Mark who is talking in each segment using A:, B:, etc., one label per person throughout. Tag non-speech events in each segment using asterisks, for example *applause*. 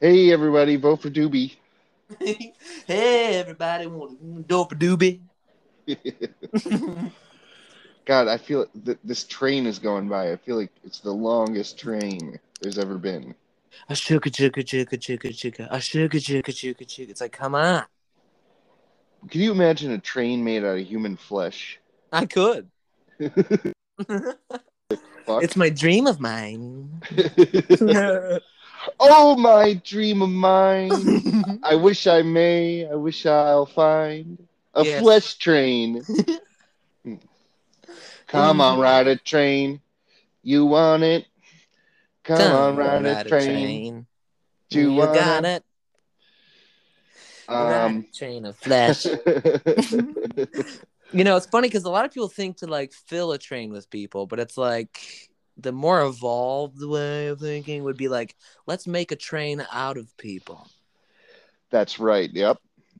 A: Hey, everybody, vote for Doobie. *laughs*
B: *laughs* hey, everybody, want dope a *laughs* doobie?
A: God, I feel th- this train is going by. I feel like it's the longest train there's ever been.
B: A sugar, sugar, sugar, sugar, sugar. A sugar, sugar, sugar, sugar. It's like, come on.
A: Can you imagine a train made out of human flesh?
B: I could.
A: Fuck.
B: It's my dream
A: *laughs*
B: of mine.
A: oh, my dream of mine. I wish I may. I wish I'll find a
B: Yes.
A: flesh *laughs* train. Come on, ride a train. You want it. Come, on, ride, a train. Do
B: You,
A: you want
B: got
A: it?
B: it. Ride
A: Um,
B: a train of
A: *laughs*
B: flesh. you know, it's funny because a lot of people think to like fill a train with people, but it's like the more evolved way of thinking would be like, let's make a train out of people.
A: that's right. Yep.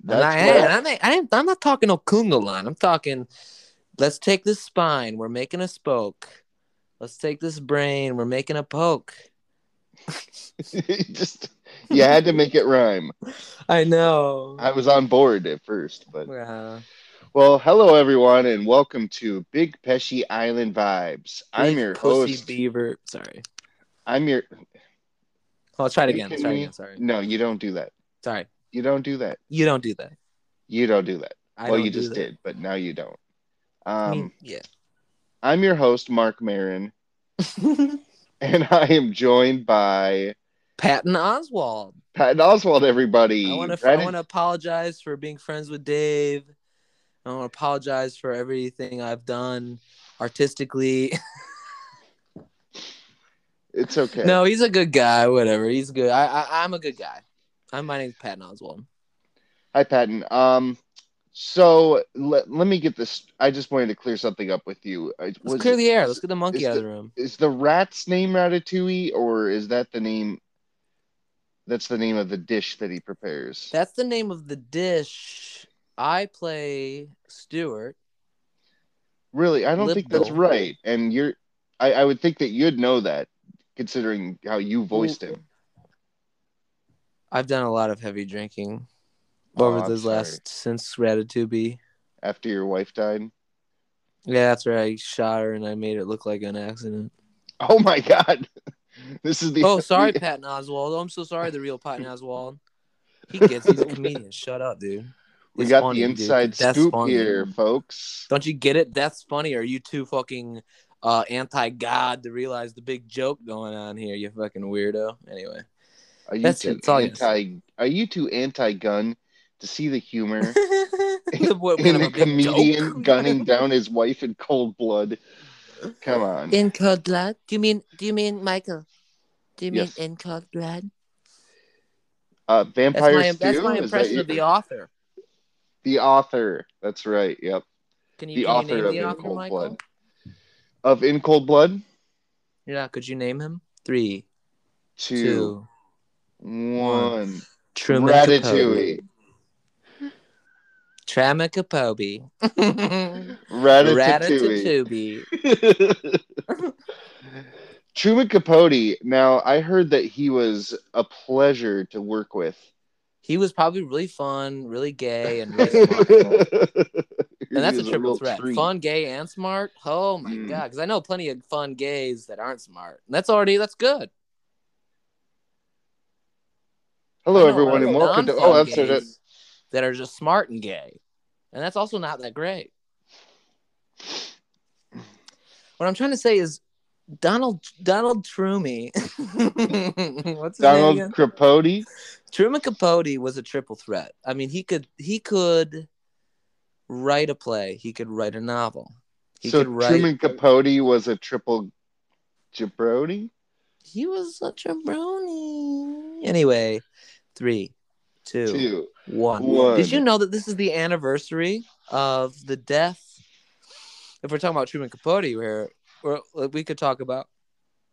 B: And I,
A: what-
B: and I'm, I ain't- I'm not talking no Kunga line. I'm talking, let's take this spine. We're making a spoke. Let's take this brain. We're making a poke.
A: just *laughs* you had to make it rhyme.
B: I know.
A: I was on board at first, but
B: Yeah.
A: well, hello everyone, and welcome to Big Pesci Island Vibes. I'm
B: Big
A: your
B: pussy
A: host.
B: beaver. Sorry.
A: I'm your.
B: Oh, let's try it
A: You
B: again.
A: kidding
B: Sorry
A: me?
B: again. Sorry.
A: No, you don't do that.
B: Sorry.
A: You don't do that.
B: You don't do that.
A: You don't do that.
B: I
A: well,
B: don't
A: you
B: do
A: just
B: that.
A: did, but now you don't.
B: I mean,
A: Um,
B: yeah.
A: I'm your host, Mark Marin, *laughs* and I am joined by
B: Patton Oswald.
A: Patton Oswald. Everybody,
B: I want to.
A: Right
B: I want to apologize for being friends with Dave. I want to apologize for everything I've done artistically.
A: It's okay.
B: No, he's a good guy. Whatever, he's good. I, I I'm a good guy. I'm my name's Patton Oswald.
A: Hi, Patton. Um, so let, let me get this. I just wanted to clear something up with you. I-
B: Let's
A: was-
B: clear the air. Let's get the monkey
A: is
B: out of the room.
A: Is the rat's name Ratatouille, or is that the name? That's the name of the dish that he prepares.
B: That's the name of the dish. I play Stewart.
A: really, I don't think that's
B: Libdil.
A: right. And you're, I, I would think that you'd know that, considering how you voiced him.
B: I've done a lot of heavy drinking
A: Oh,
B: over
A: I'm
B: this
A: sorry.
B: last since Ratatouille.
A: after your wife died.
B: Yeah, that's where I shot her and I made it look like
A: *laughs*
B: an accident.
A: Oh my God, *laughs* this is the.
B: Oh, sorry, Patton Oswald. I'm so sorry, the real Patton Oswald. He gets he's
A: *laughs*
B: a comedian. Shut up, dude.
A: *laughs* We
B: It's
A: got
B: funny,
A: the
B: dude.
A: inside
B: That's
A: scoop
B: funny.
A: here, folks.
B: Don't you get it? That's funny. Are you too fucking uh, anti God to realize the big joke going on here? You fucking weirdo.
A: *laughs*
B: Anyway, *laughs*
A: Are you
B: That's it.
A: too
B: That's all I gotta
A: anti? Are you too anti-gun to see the
B: *laughs*
A: humor
B: What,
A: in
B: kind
A: a
B: of a big
A: comedian
B: joke? *laughs*
A: gunning down his wife in cold blood? Come on.
C: In cold blood? Do you mean do you mean Michael? Do you
A: Yes.
C: mean in cold blood?
A: Uh,
B: That's
A: Vampire
B: my,
A: Stew.
B: that's my
A: Is that
B: impression
A: you?
B: of the author.
A: The author. That's right. Yep.
B: Can you,
A: The
B: can
A: author
B: you name
A: of
B: the
A: In
B: author,
A: Cold
B: Michael?
A: Blood. Of In Cold Blood.
B: Yeah, could you name him? Three, two,
A: Two, one.
B: Truman Capote.
A: Ratatouille.
B: Trama Capote.
A: Ratatouille.
B: Ratatouille.
A: *laughs* Truman Capote. Now, I heard that he was a pleasure to work with.
B: He was probably really fun, really
A: *laughs*
B: gay, and really smart. and
A: and
B: that's a triple threat: fun, gay, and smart. Oh my
A: Mm.
B: god! Because I know plenty of fun gays that aren't smart. And that's already that's good. I
A: Hello,
B: know
A: everyone,
B: lots
A: and
B: of
A: welcome to.
B: non-fun
A: Oh, I'm sorry. that-
B: gays That are just smart and gay, and that's also not that great. What I'm trying to say is Donald Donald Trummy. *laughs* What's his name again?
A: Donald Capote.
B: Truman Capote was a triple threat. I mean, he could he could write a play. He could write a novel. He
A: So
B: could write.
A: Truman Capote was a triple jabroni.
B: He was such a brony. Anyway, three, two, one.
A: Two. One.
B: Did you know that this is the anniversary of the death? If we're talking about Truman Capote, where where we could talk about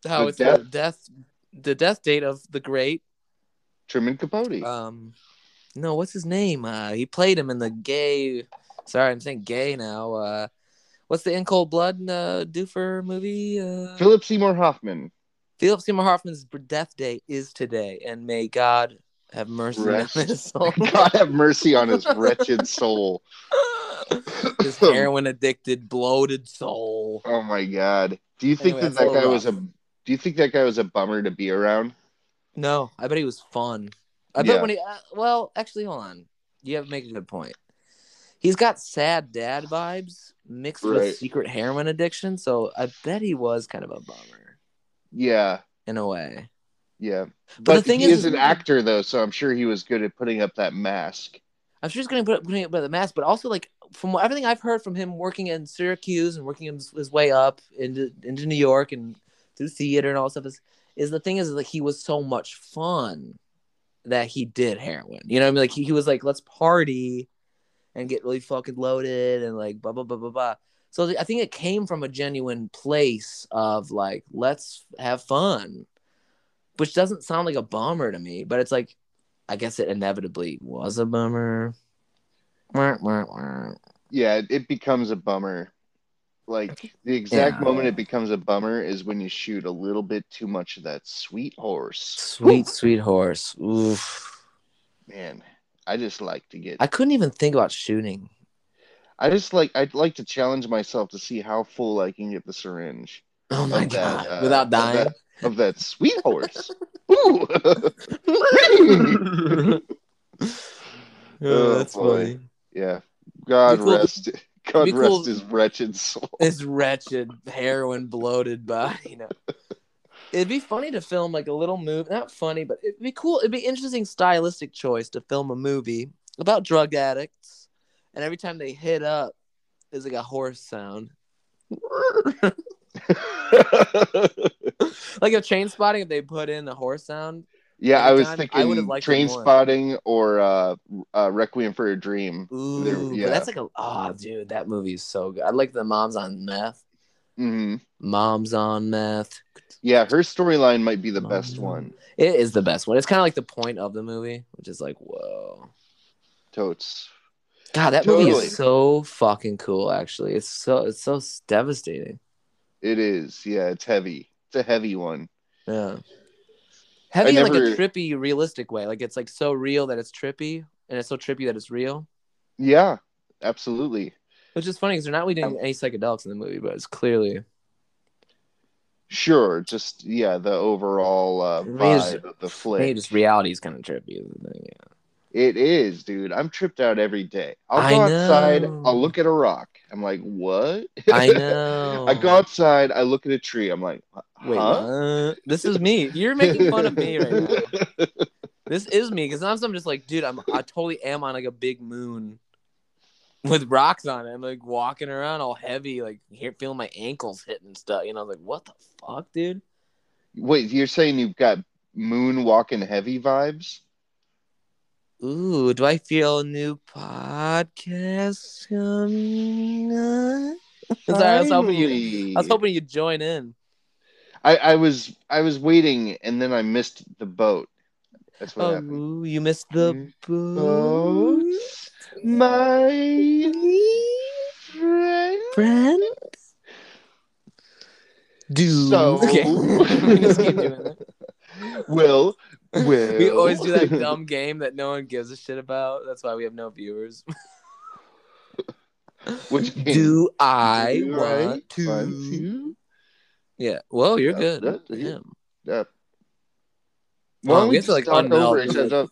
B: how
A: The
B: it's the death, the death date of the great
A: Truman Capote.
B: um no what's his name uh he played him in the gay sorry i'm saying gay now uh what's the in cold blood uh doofer movie uh
A: Philip Seymour Hoffman. *laughs*
B: Philip Seymour Hoffman's death day is today, and may God have mercy
A: Rest.
B: on his soul.
A: *laughs* God have mercy on
B: *laughs*
A: his wretched soul.
B: his heroin addicted, bloated soul.
A: Oh my god. Do you think
B: Anyway,
A: that
B: that's a
A: that guy
B: little
A: was a
B: rough.
A: Do you think that guy was a bummer to be around?
B: No, I bet he was fun. I bet
A: Yeah.
B: when he, uh, well, actually, hold on. You have make a good point. He's got sad dad vibes mixed
A: Right.
B: with secret heroin addiction, so I bet he was kind of a bummer
A: Yeah.
B: in a way.
A: Yeah. But,
B: the thing
A: he
B: is-
A: is, an actor though, so I'm sure he was good at putting up that mask.
B: I'm sure he's going to put putting it by the mask, but also like from everything I've heard from him working in Syracuse and working his, his way up into into New York and through theater and all that stuff is is the thing is like he was so much fun that he did heroin. You know what I mean? Like he, he was like let's party and get really fucking loaded and like blah blah blah blah blah. So I think it came from a genuine place of like let's have fun, which doesn't sound like a bummer to me, but it's like I guess it inevitably was a bummer. Wah, wah, wah.
A: Yeah, it, it becomes a bummer. Like the exact
B: Yeah.
A: moment it becomes a bummer is when you shoot a little bit too much of that sweet horse.
B: Sweet, sweet horse. Oof.
A: Man, I just like to get
B: I couldn't even think about shooting.
A: I just like I'd like to challenge myself to see how full I can get the syringe
B: Oh my
A: Of
B: god.
A: that, uh,
B: Without dying.
A: of of that sweet horse. Ooh. *laughs*
B: Oh, that's
A: Oh, boy.
B: funny.
A: yeah. God
B: Be cool-
A: rest God
B: be cool-
A: rest his wretched
B: *laughs*
A: soul.
B: This wretched heroin bloated body. You know. It'd be funny to film like a little movie. Not funny, but it'd be cool. It'd be interesting stylistic choice to film a movie about drug addicts, and every time they hit up, is like a horse sound. like if train spotting if they put in the horse sound
A: yeah, I
B: Every
A: was
B: time, Oh I would've
A: thinking
B: liked it
A: train
B: more.
A: spotting or uh, uh Requiem for a Dream.
B: ooh
A: There-
B: but
A: yeah.
B: that's like a oh dude that movie is so good i like the moms on meth
A: Mhm.
B: moms on meth
A: Yeah, her storyline might be the best
B: Moms on-
A: one.
B: it is the best one it's kind of like the point of the movie which is like whoa
A: Totes.
B: god that movie
A: Totally.
B: is so fucking cool actually it's so it's so devastating
A: It is. Yeah, it's heavy. It's a heavy one.
B: yeah heavy in like a
A: never-
B: trippy realistic way like it's like so real that it's trippy and it's so trippy that it's real
A: Yeah, absolutely.
B: which is funny because they're not really doing any psychedelics in the movie but it's clearly
A: Sure, just yeah, the overall uh,
B: Maybe it's-
A: vibe of the
B: Maybe
A: flick.
B: just reality is kind of trippy. is the
A: *laughs*
B: thing, yeah.
A: It is, dude. I'm tripped out every day. I'll
B: I
A: go outside,
B: know.
A: I'll look at a rock. I'm like, what? *laughs*
B: I know.
A: I go outside, I look at a tree. I'm like,
B: Wait,
A: huh?
B: what? this is me. You're making fun of me right now.
A: *laughs*
B: This is me because sometimes I'm just like, dude, I'm I totally am on like a big moon with rocks on it. I'm like walking around all heavy, like here feeling my ankles hitting stuff. You know, I'm like what the fuck, dude?
A: Wait, you're saying you've got moon walking heavy vibes?
B: Ooh, do I feel a new podcast coming? up? Sorry, I was hoping you.
A: Finally.
B: I was hoping you'd join in.
A: I, I was I was waiting and then I missed the boat. That's what
B: Oh,
A: happened. Oh.
B: you missed the
A: Mm.
B: boat,
A: Boat, my friend.
B: friend. Dude.
A: So- *laughs*
B: Okay. we just keep doing that.
A: Will, will.
B: *laughs* We always do
A: *laughs*
B: that dumb game that no one gives a shit about. That's why we have
A: *laughs*
B: no viewers.
A: Which game?
B: Do I
A: Do
B: want to?
A: want
B: Yeah. Whoa, you're
A: Uh,
B: good.
A: uh,
B: Yeah.
A: to? Uh, why
B: Oh,
A: don't
B: we
A: we
B: have
A: just
B: to, like,
A: talk
B: unmelt.
A: over each other?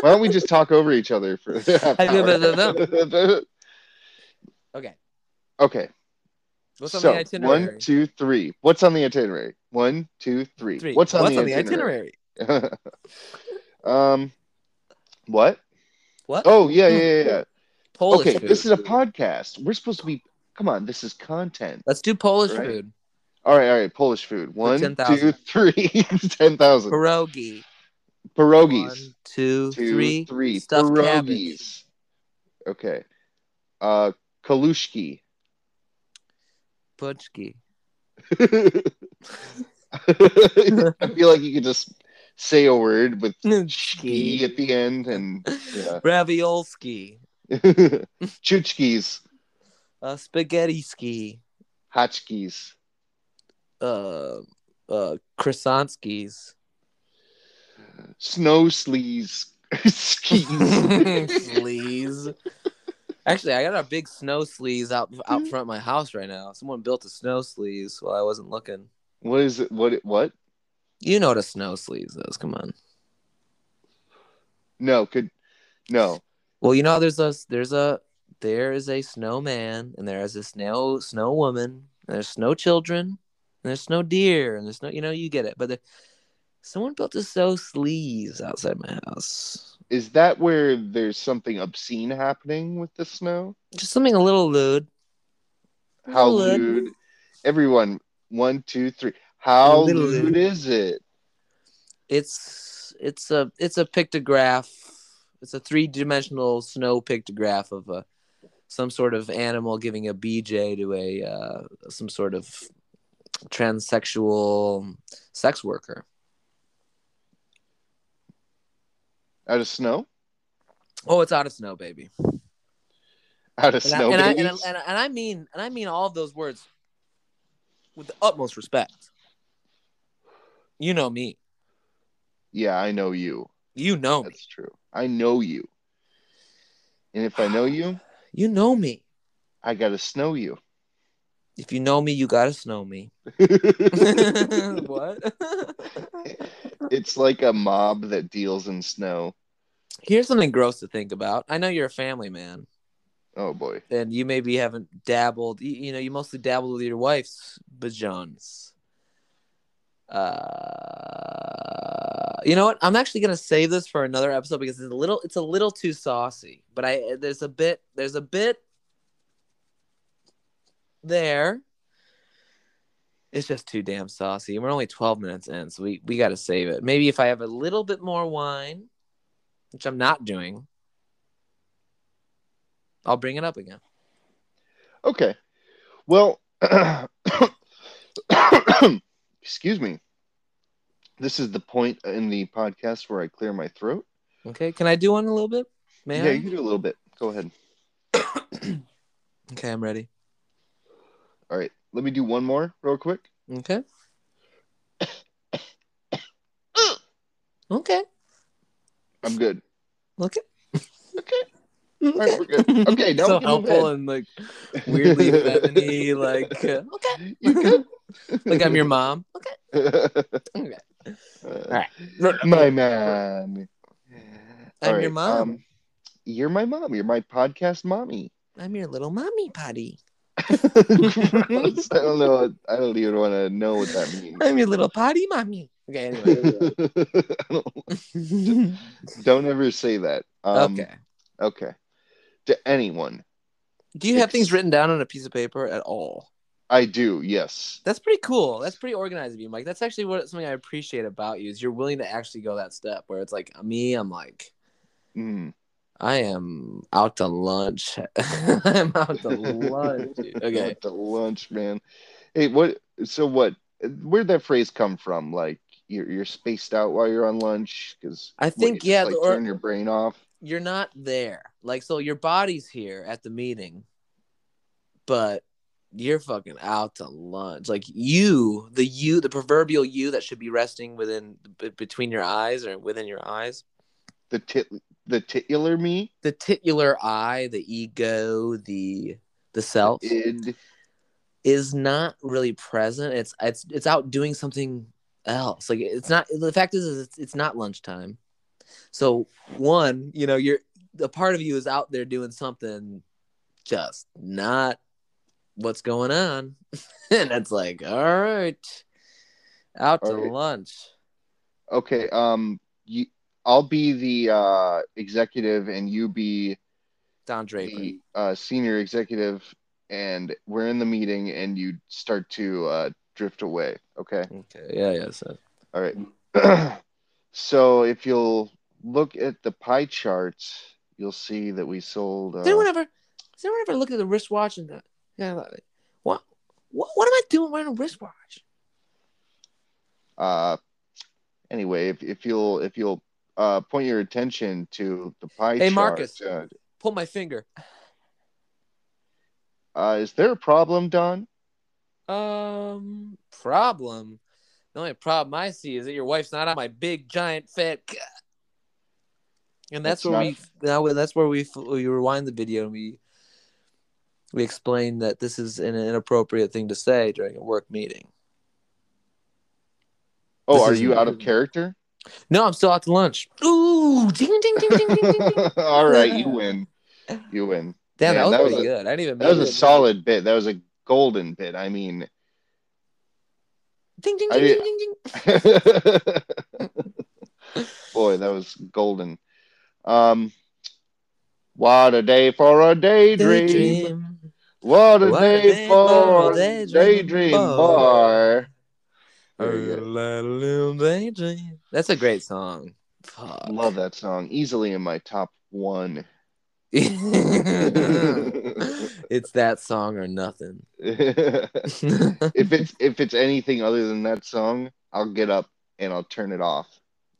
A: Why don't we just talk over each other for *laughs* a half hour? *laughs*
B: Okay.
A: okay.
B: What's on
A: so,
B: the itinerary?
A: One, two, three. What's on the itinerary? One, two, three.
B: Three.
A: What's on, the, itinerary?
B: itinerary?
A: *laughs* um, what?
B: What?
A: Oh yeah, yeah, yeah. yeah.
B: Polish
A: Okay,
B: food.
A: this is a podcast. We're supposed to be. Come on, this is content.
B: Let's do Polish
A: Right.
B: food.
A: All right, all right. Polish food. One,
B: 10,000.
A: two, three. *laughs* Ten thousand
B: Pierogi.
A: pierogies.
B: One,
A: Two,
B: two, three.
A: three.
B: Stuffed cabbage.
A: pierogies. Okay. Uh,
B: *laughs*
A: kalushki.
B: Puchki.
A: I feel like you could just say a word with ski
B: *laughs* Ski.
A: at the end
B: *laughs*
A: and yeah.
B: Raviolski.
A: chuchkis,
B: Uh, spaghetti ski.
A: hotchkies,
B: Uh, uh Krasanski's.
A: Snow sleaze *laughs* skis.
B: *laughs* *laughs* sleaze. Actually, I got a big snow sleaze out out front of my house right now. Someone built a snow sleaze while I wasn't looking.
A: what is it? What? What?
B: You know what a snow sleaze is? Come on.
A: No. Could no.
B: Well, you know there's a there's a there is a snowman and there is a snow snow woman and there's snow children and there's snow deer and there's no you know you get it. But the, someone built a snow sleaze outside my house.
A: Is that where there's something obscene happening with the snow?
B: Just something a little lewd.
A: How
B: Lewd.
A: lewd! Everyone, one, two, three. How
B: Little
A: lewd
B: lewd.
A: is it?
B: It's it's a it's a pictograph. It's a three dimensional snow pictograph of a some sort of animal giving a BJ to a uh, some sort of transsexual sex worker.
A: Out of snow?
B: Oh, it's out of snow, baby.
A: Out of
B: And,
A: snow?
B: I, and, I, and, I,
A: babies?
B: and, I, and I mean and I mean all of those words with the utmost respect. You know me.
A: yeah, I know you.
B: You know me.
A: That's true. I know you. And if I know you,
B: You know me.
A: I gotta snow
B: *laughs*
A: you. *laughs*
B: If you know me, you gotta snow me. *laughs* what? *laughs*
A: it's like a mob that deals in snow.
B: Here's something gross to think about. I know you're a family man,
A: Oh boy.
B: and you maybe haven't dabbled. You, you know, you mostly dabbled with your wife's bajons. Uh, you know what? I'm actually gonna save this for another episode because it's a little, it's a little too saucy. But I, there's a bit, there's a bit there. It's just too damn saucy. We're only 12 minutes in, so we, we got to save it. Maybe if I have a little bit more wine, which I'm not doing, I'll bring it up again.
A: Okay. Well, *coughs* excuse me. This is the point in the podcast where I clear my throat.
B: Okay. Can I do one a little bit? May
A: Yeah,
B: I?
A: you can do a little bit. Go ahead.
B: Okay, I'm ready.
A: All right. Let me do one more real quick.
B: Okay. okay.
A: I'm good.
B: Okay.
A: Okay. All right,
B: Okay.
A: we're good. *laughs* Okay, now
B: so
A: we can move
B: helpful and like *laughs* weirdly feminine, like uh, okay,
A: in. *laughs* You good?
B: like I'm your mom. Okay. Okay.
A: *laughs* Uh,
B: right.
A: my mom.
B: I'm
A: All
B: your mom.
A: um, you're my mom. You're my podcast
B: *laughs*
A: mommy. *laughs*
B: I'm your little mommy potty.
A: Gross. I don't know. I don't even want to know what that means.
B: I'm your little potty mommy. Okay, *laughs* anyway.
A: I don't, *laughs* don't ever say that. Um,
B: okay.
A: Okay. To anyone,
B: Do you have things written down on a piece of paper at all?
A: I do. Yes.
B: That's pretty cool. That's pretty organized of you, Mike. That's actually what something I appreciate about you is you're willing to actually go that step where it's like me, I'm like
A: Mm.
B: I am out to lunch. *laughs* I'm out to lunch. dude. Okay.
A: Out to lunch, man. Hey, what? So what? Where'd that phrase come from? Like you're you're spaced out while you're on lunch because
B: I think, yeah,
A: like,
B: or-
A: turn your brain off.
B: You're not there. Like so your body's here at the meeting, but you're fucking out to lunch. Like you, the you, the proverbial you that should be resting within b- between your eyes or within your eyes.
A: The tit the titular me.
B: the titular I, the ego, the the self
A: Id.
B: is not really present. It's it's it's out doing something else. Like it's not. The fact is, is it's, it's not lunchtime. So one, you know, you're a part of you is out there doing something, just not what's going on, *laughs* and it's like, all right, out to
A: All right.
B: lunch.
A: Okay. Um. You. I'll be the uh, executive, and you be
B: Don Draper.
A: the uh, senior executive, and we're in the meeting, and you start to uh, drift away. Okay.
B: Okay. Yeah. Yeah. So.
A: All right. *clears throat* so if you'll look at the pie charts, you'll see that we sold. Uh,
B: Does anyone ever? Does anyone ever look at the wristwatch and the, yeah, like, what, what, what am I doing wearing a wristwatch?
A: uh, anyway, if, if you'll if you'll uh, point your attention to the pie
B: Hey,
A: chart.
B: Marcus.
A: uh,
B: Pull my finger.
A: uh, is there a problem, Don?
B: Um, problem. The only problem I see is that your wife's not on my big giant fat. c-" And that's
A: That's
B: where
A: not-
B: we now that's where we f- we rewind the video and we we explain that this is an inappropriate thing to say during a work meeting.
A: Oh,
B: This
A: are
B: is-
A: you out of character?
B: No, I'm still out to lunch. Ooh, ding ding ding ding ding ding.
A: *laughs*
B: ding.
A: All right,
B: *laughs*
A: you win. You win.
B: Damn,
A: Man,
B: that was
A: that was
B: pretty
A: a-
B: good. I didn't even.
A: That was
B: make
A: a
B: it.
A: solid bit. That was a golden bit. I mean, *laughs*
B: Ding ding
A: I
B: ding ding
A: did-
B: ding ding.
A: Boy, that was golden. Um, what a day for a daydream.
B: Daydream.
A: What a
B: What
A: day, for a daydream, boy. There you go.
B: Daydream. That's a great song. Fuck.
A: Love that song. Easily in my top one. *laughs*
B: *laughs* it's that song or
A: *laughs*
B: nothing.
A: if it's if it's anything other than that song, I'll get up and I'll turn it off.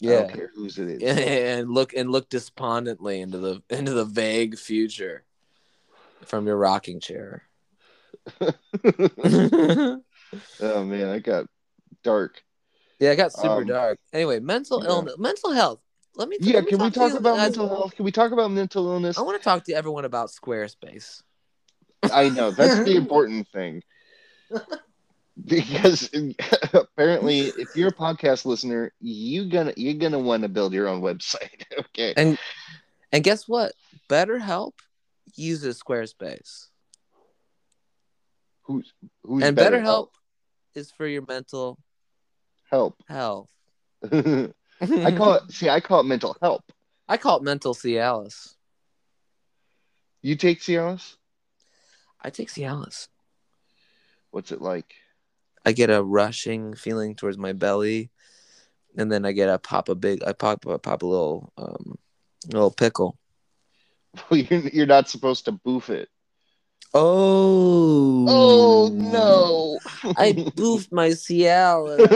A: I
B: yeah.
A: don't care whose it is.
B: *laughs* And look and look despondently into the into the vague future from your
A: *laughs*
B: rocking chair. yeah,
A: *laughs* oh man, I got dark.
B: it got super
A: Um,
B: dark. Anyway, mental
A: yeah.
B: illness, mental health. Let me.
A: Yeah,
B: let me
A: can we
B: to
A: talk
B: you
A: about
B: guys.
A: mental health? Can we talk about mental illness?
B: I want to talk to everyone about Squarespace.
A: I know that's
B: *laughs*
A: the important thing. Because apparently, if you're a podcast listener, you gonna you're gonna want to build your own website. *laughs* Okay,
B: And- And guess what? BetterHelp uses Squarespace.
A: who's who's
B: and
A: better?
B: BetterHelp is for your mental
A: help? *laughs*
B: health.
A: I call it see. I call it mental help.
B: *laughs* I call it mental Cialis.
A: You take Cialis.
B: I take Cialis.
A: What's it like? *laughs*
B: I get a rushing feeling towards my belly, and then I get a pop a big. I pop I pop a little um little pickle.
A: Well, you're, you're not supposed to boof it.
B: Oh.
A: Oh *laughs* no!
B: I boofed my Cialis.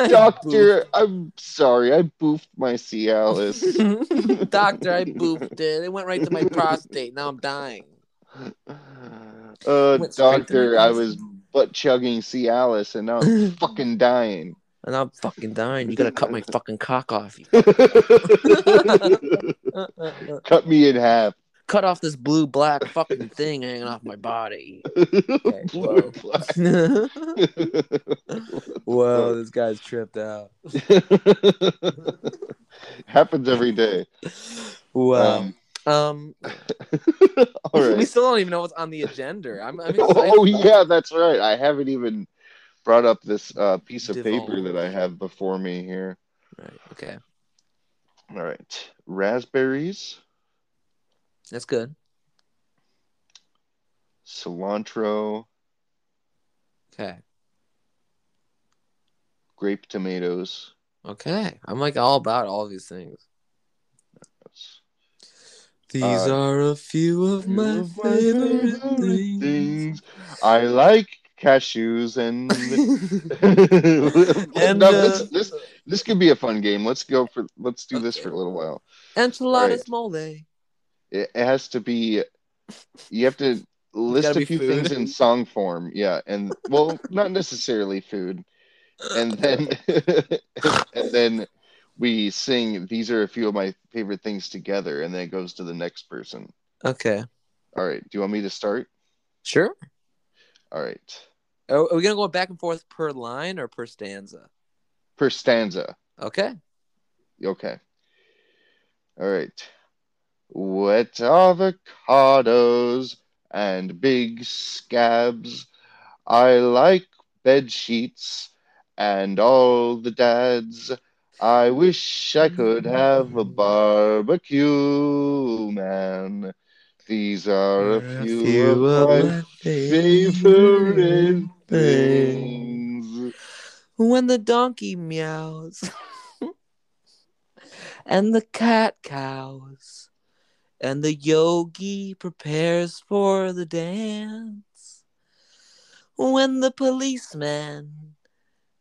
B: *laughs* I
A: *laughs* Doctor, I'm sorry. I boofed my
B: *laughs*
A: Cialis.
B: boofed- Doctor, I boofed it. It went right to my prostate. Now
A: *laughs*
B: I'm dying.
A: Uh,
B: Went straight to
A: doctor,
B: my
A: I
B: prostate.
A: was butt chugging Cialis and
B: *laughs*
A: now I'm fucking dying.
B: And I'm fucking dying. You gotta cut my fucking cock off. you Uh,
A: Cut me in half. *laughs*
B: cut off this blue black fucking thing hanging off my body. *laughs* Okay,
A: Blue
B: whoa.
A: flag.
B: *laughs* whoa, this guy's tripped out.
A: Happens every day.
B: Wow.
A: Um,
B: Um, *laughs*
A: all
B: we
A: right.
B: still don't even know what's on the agenda. I'm, *laughs* I'm excited.
A: *laughs* Oh yeah, that's right. I haven't even brought up this uh, piece of paper
B: Devolve.
A: that I have before me here.
B: Right, okay,
A: All right, raspberries,
B: that's good.
A: cilantro,
B: Okay,
A: grape tomatoes.
B: okay. I'm like all about all these things.
A: That's-
B: These
A: Uh,
B: are a few of my, favorite, things.
A: I like cashews
B: *laughs*
A: and
B: And,
A: no,
B: uh,
A: this, this this could be a fun game. Let's go for let's do this
B: Okay.
A: for a little while.
B: Enchiladas
A: Right.
B: mole.
A: It, it has to be you have to list
B: gotta
A: a
B: be
A: few
B: food.
A: things in song form. Yeah, and well, not necessarily food. And then *laughs* and then we sing these are a few of my favorite things together and then it goes to the next person.
B: Okay,
A: All right, do you want me to start?
B: sure.
A: All right.
B: Are, are we gonna go back and forth per line or per stanza?
A: Per stanza.
B: Okay.
A: Okay. All right. Wet avocados and big scabs. I like bed sheets and all the dads. I wish I could have a barbecue, man. These are a few, of my favorite things.
B: When the donkey meows, *laughs* and the cat cows, and the yogi prepares for the dance, when the policeman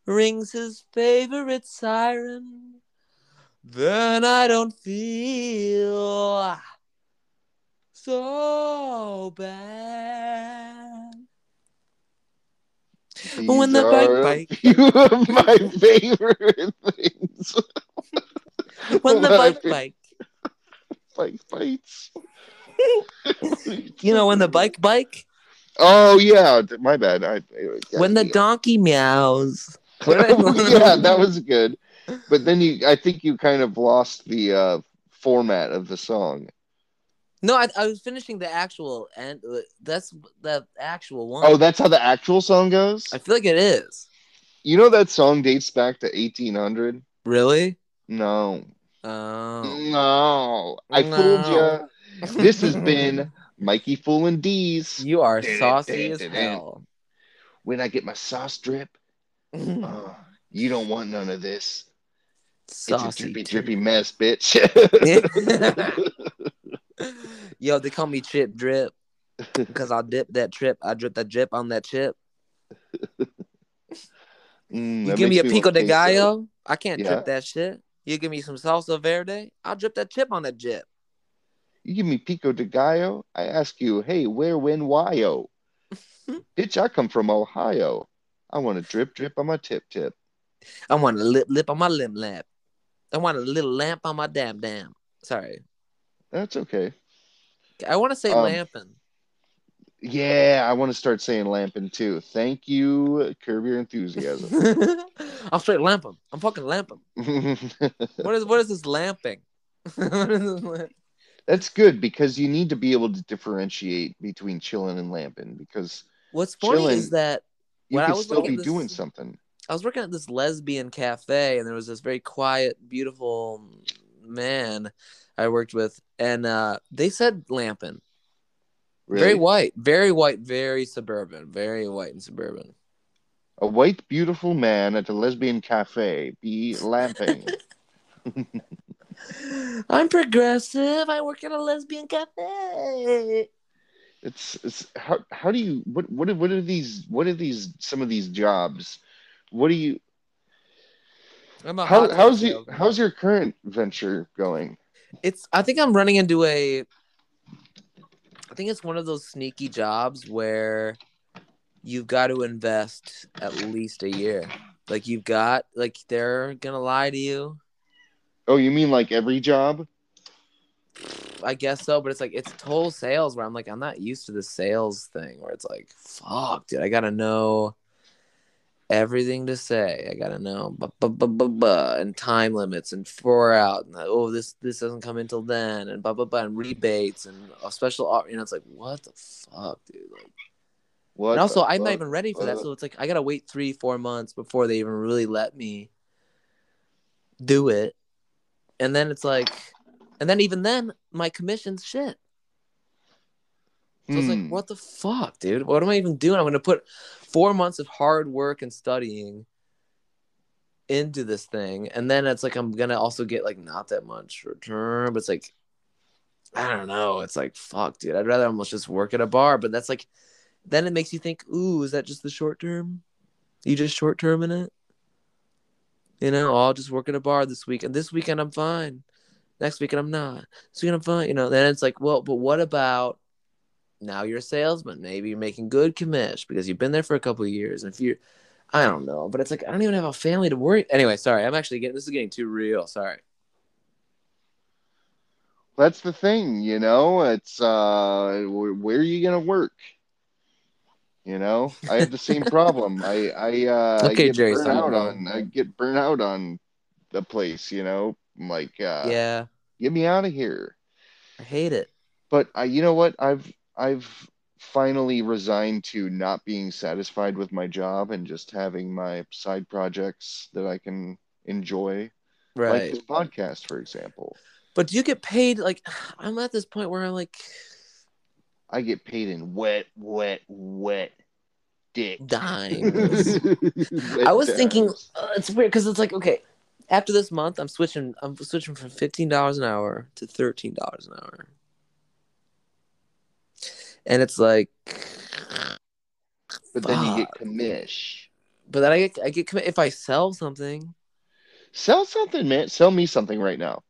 B: rings his favorite siren, then I don't feel so bad.
A: These
B: When the bike-
A: are
B: bike-
A: a few *laughs* of my favorite things.
B: When the bike bike.
A: bike bites.
B: You know, when the bike bike.
A: Oh yeah, d- my bad. I, yeah,
B: when the
A: yeah.
B: donkey meows.
A: *laughs*
B: What did I- *laughs*
A: yeah, that was good. But then you, I think you kind of lost the uh, format of the song.
B: No, I, I was finishing the actual and uh, that's the actual one.
A: Oh, that's how the actual song goes.
B: I feel like it is.
A: You know that song dates back to 1800.
B: Really?
A: No,
B: Oh. *laughs*
A: no, I
B: No.
A: fooled you. Mm, This has been Mikey fooling D's.
B: You are
A: Did it,
B: saucy
A: did
B: as
A: it,
B: hell.
A: When I get my sauce drip,
B: *laughs*
A: uh, you don't want none of this. It's a
B: saucy.
A: drippy,
B: too.
A: drippy mess, bitch.
B: *laughs* Yo, they call me
A: *laughs*
B: Chip Drip because I dip that trip. I drip that drip on that chip.
A: Mm,
B: You
A: that
B: give me a
A: makes
B: pico
A: want
B: de
A: queso.
B: gallo, I can't
A: Yeah.
B: drip that shit. You give me some salsa verde, I'll drip that chip on that chip.
A: You give me pico de gallo. I ask you, hey, where, when, why,
B: *laughs*
A: oh? Bitch, I come from Ohio. I want a drip, drip on my tip, tip.
B: I want a lip lip on my limp lamp. I want a little lamp on my damn damn. Sorry.
A: That's okay.
B: I want to say
A: Um,
B: lampin'.
A: Yeah, I want to start saying lampin' too. Thank you, curb your
B: *laughs*
A: enthusiasm. *laughs*
B: I'm straight lamping. I'm fucking lamping. What is what is this lamping? *laughs* What is this lamp-
A: That's good because you need to be able to differentiate between chillin' and lampin' because
B: What's funny
A: Chilling.
B: is that
A: you
B: When I
A: can
B: was
A: still
B: looking
A: be
B: at this-
A: doing something.
B: I was working at this lesbian cafe, and there was this very quiet, beautiful man I worked with, and uh, they said lampin'.
A: Really?
B: Very white, very white, very suburban, very white and suburban.
A: A white, beautiful man at a lesbian cafe be lamping.
B: *laughs* I'm progressive. I work at a lesbian cafe.
A: it's, it's how how do you what what are, what are these what are these some of these jobs? What do you
B: I'm a
A: how,
B: hot
A: how's
B: dog
A: you
B: joke.
A: how's your current venture going?
B: It's. I think I'm running into a. I think it's one of those sneaky jobs where you've got to invest at least a year. Like you've got like they're gonna lie to you.
A: Oh, you mean like every job?
B: I guess so, but it's like it's total sales where I'm like I'm not used to the sales thing where it's like fuck, dude, I gotta know everything to say. I gotta know bu- bu- bu- bu- bu- and time limits and four out and oh this this doesn't come until then and blah blah blah and rebates and a special au- you know it's like what the fuck, dude. Like,
A: What
B: and also
A: the
B: I'm not
A: fuck? Uh.
B: even ready for that,
A: fuck?
B: so it's like I gotta wait three four months before they even really let me do it, and then it's like, and then even then my commission's shit. So it's
A: Hmm.
B: like, what the fuck, dude? What am I even doing? I'm gonna put four months of hard work and studying into this thing, and then it's like I'm gonna also get like not that much return, but it's like I don't know. It's like fuck, dude. I'd rather almost just work at a bar, but that's like then it makes you think, ooh, is that just the short term? You just short terming it? You know, oh, I'll just work at a bar this week, and this weekend I'm fine. Next weekend I'm not. This weekend I'm fine. You know, then it's like, well, but what about now you're a salesman? Maybe you're making good commish because you've been there for a couple of years. And if you're, I don't know, but it's like I don't even have a family to worry. Anyway, sorry, I'm actually getting this is getting too real. Sorry.
A: That's the thing, you know. It's uh, wh- where are you gonna work? You know, I have the same problem. I I uh, I
B: Okay,
A: get
B: Jerry
A: burnt out
B: Seinfeld.
A: on. I get burnt out on the place. You know, I'm like uh,
B: yeah,
A: get me out of here.
B: I hate it.
A: But I, you know what? I've I've finally resigned to not being satisfied with my job and just having my side projects that I can enjoy, like
B: Right.
A: this podcast, for example.
B: But do you get paid? Like, *sighs* I'm at this point where I'm like,
A: I get paid in wet, wet, wet dick. *laughs*
B: dimes. I was thinking uh, it's weird because it's like okay, after this month I'm switching. I'm switching from fifteen dollars an hour to thirteen dollars an hour, and it's like,
A: but then you get
B: Fuck.
A: commish.
B: but then I get I get commi- if I sell something,
A: Sell something, man. Sell me something right now.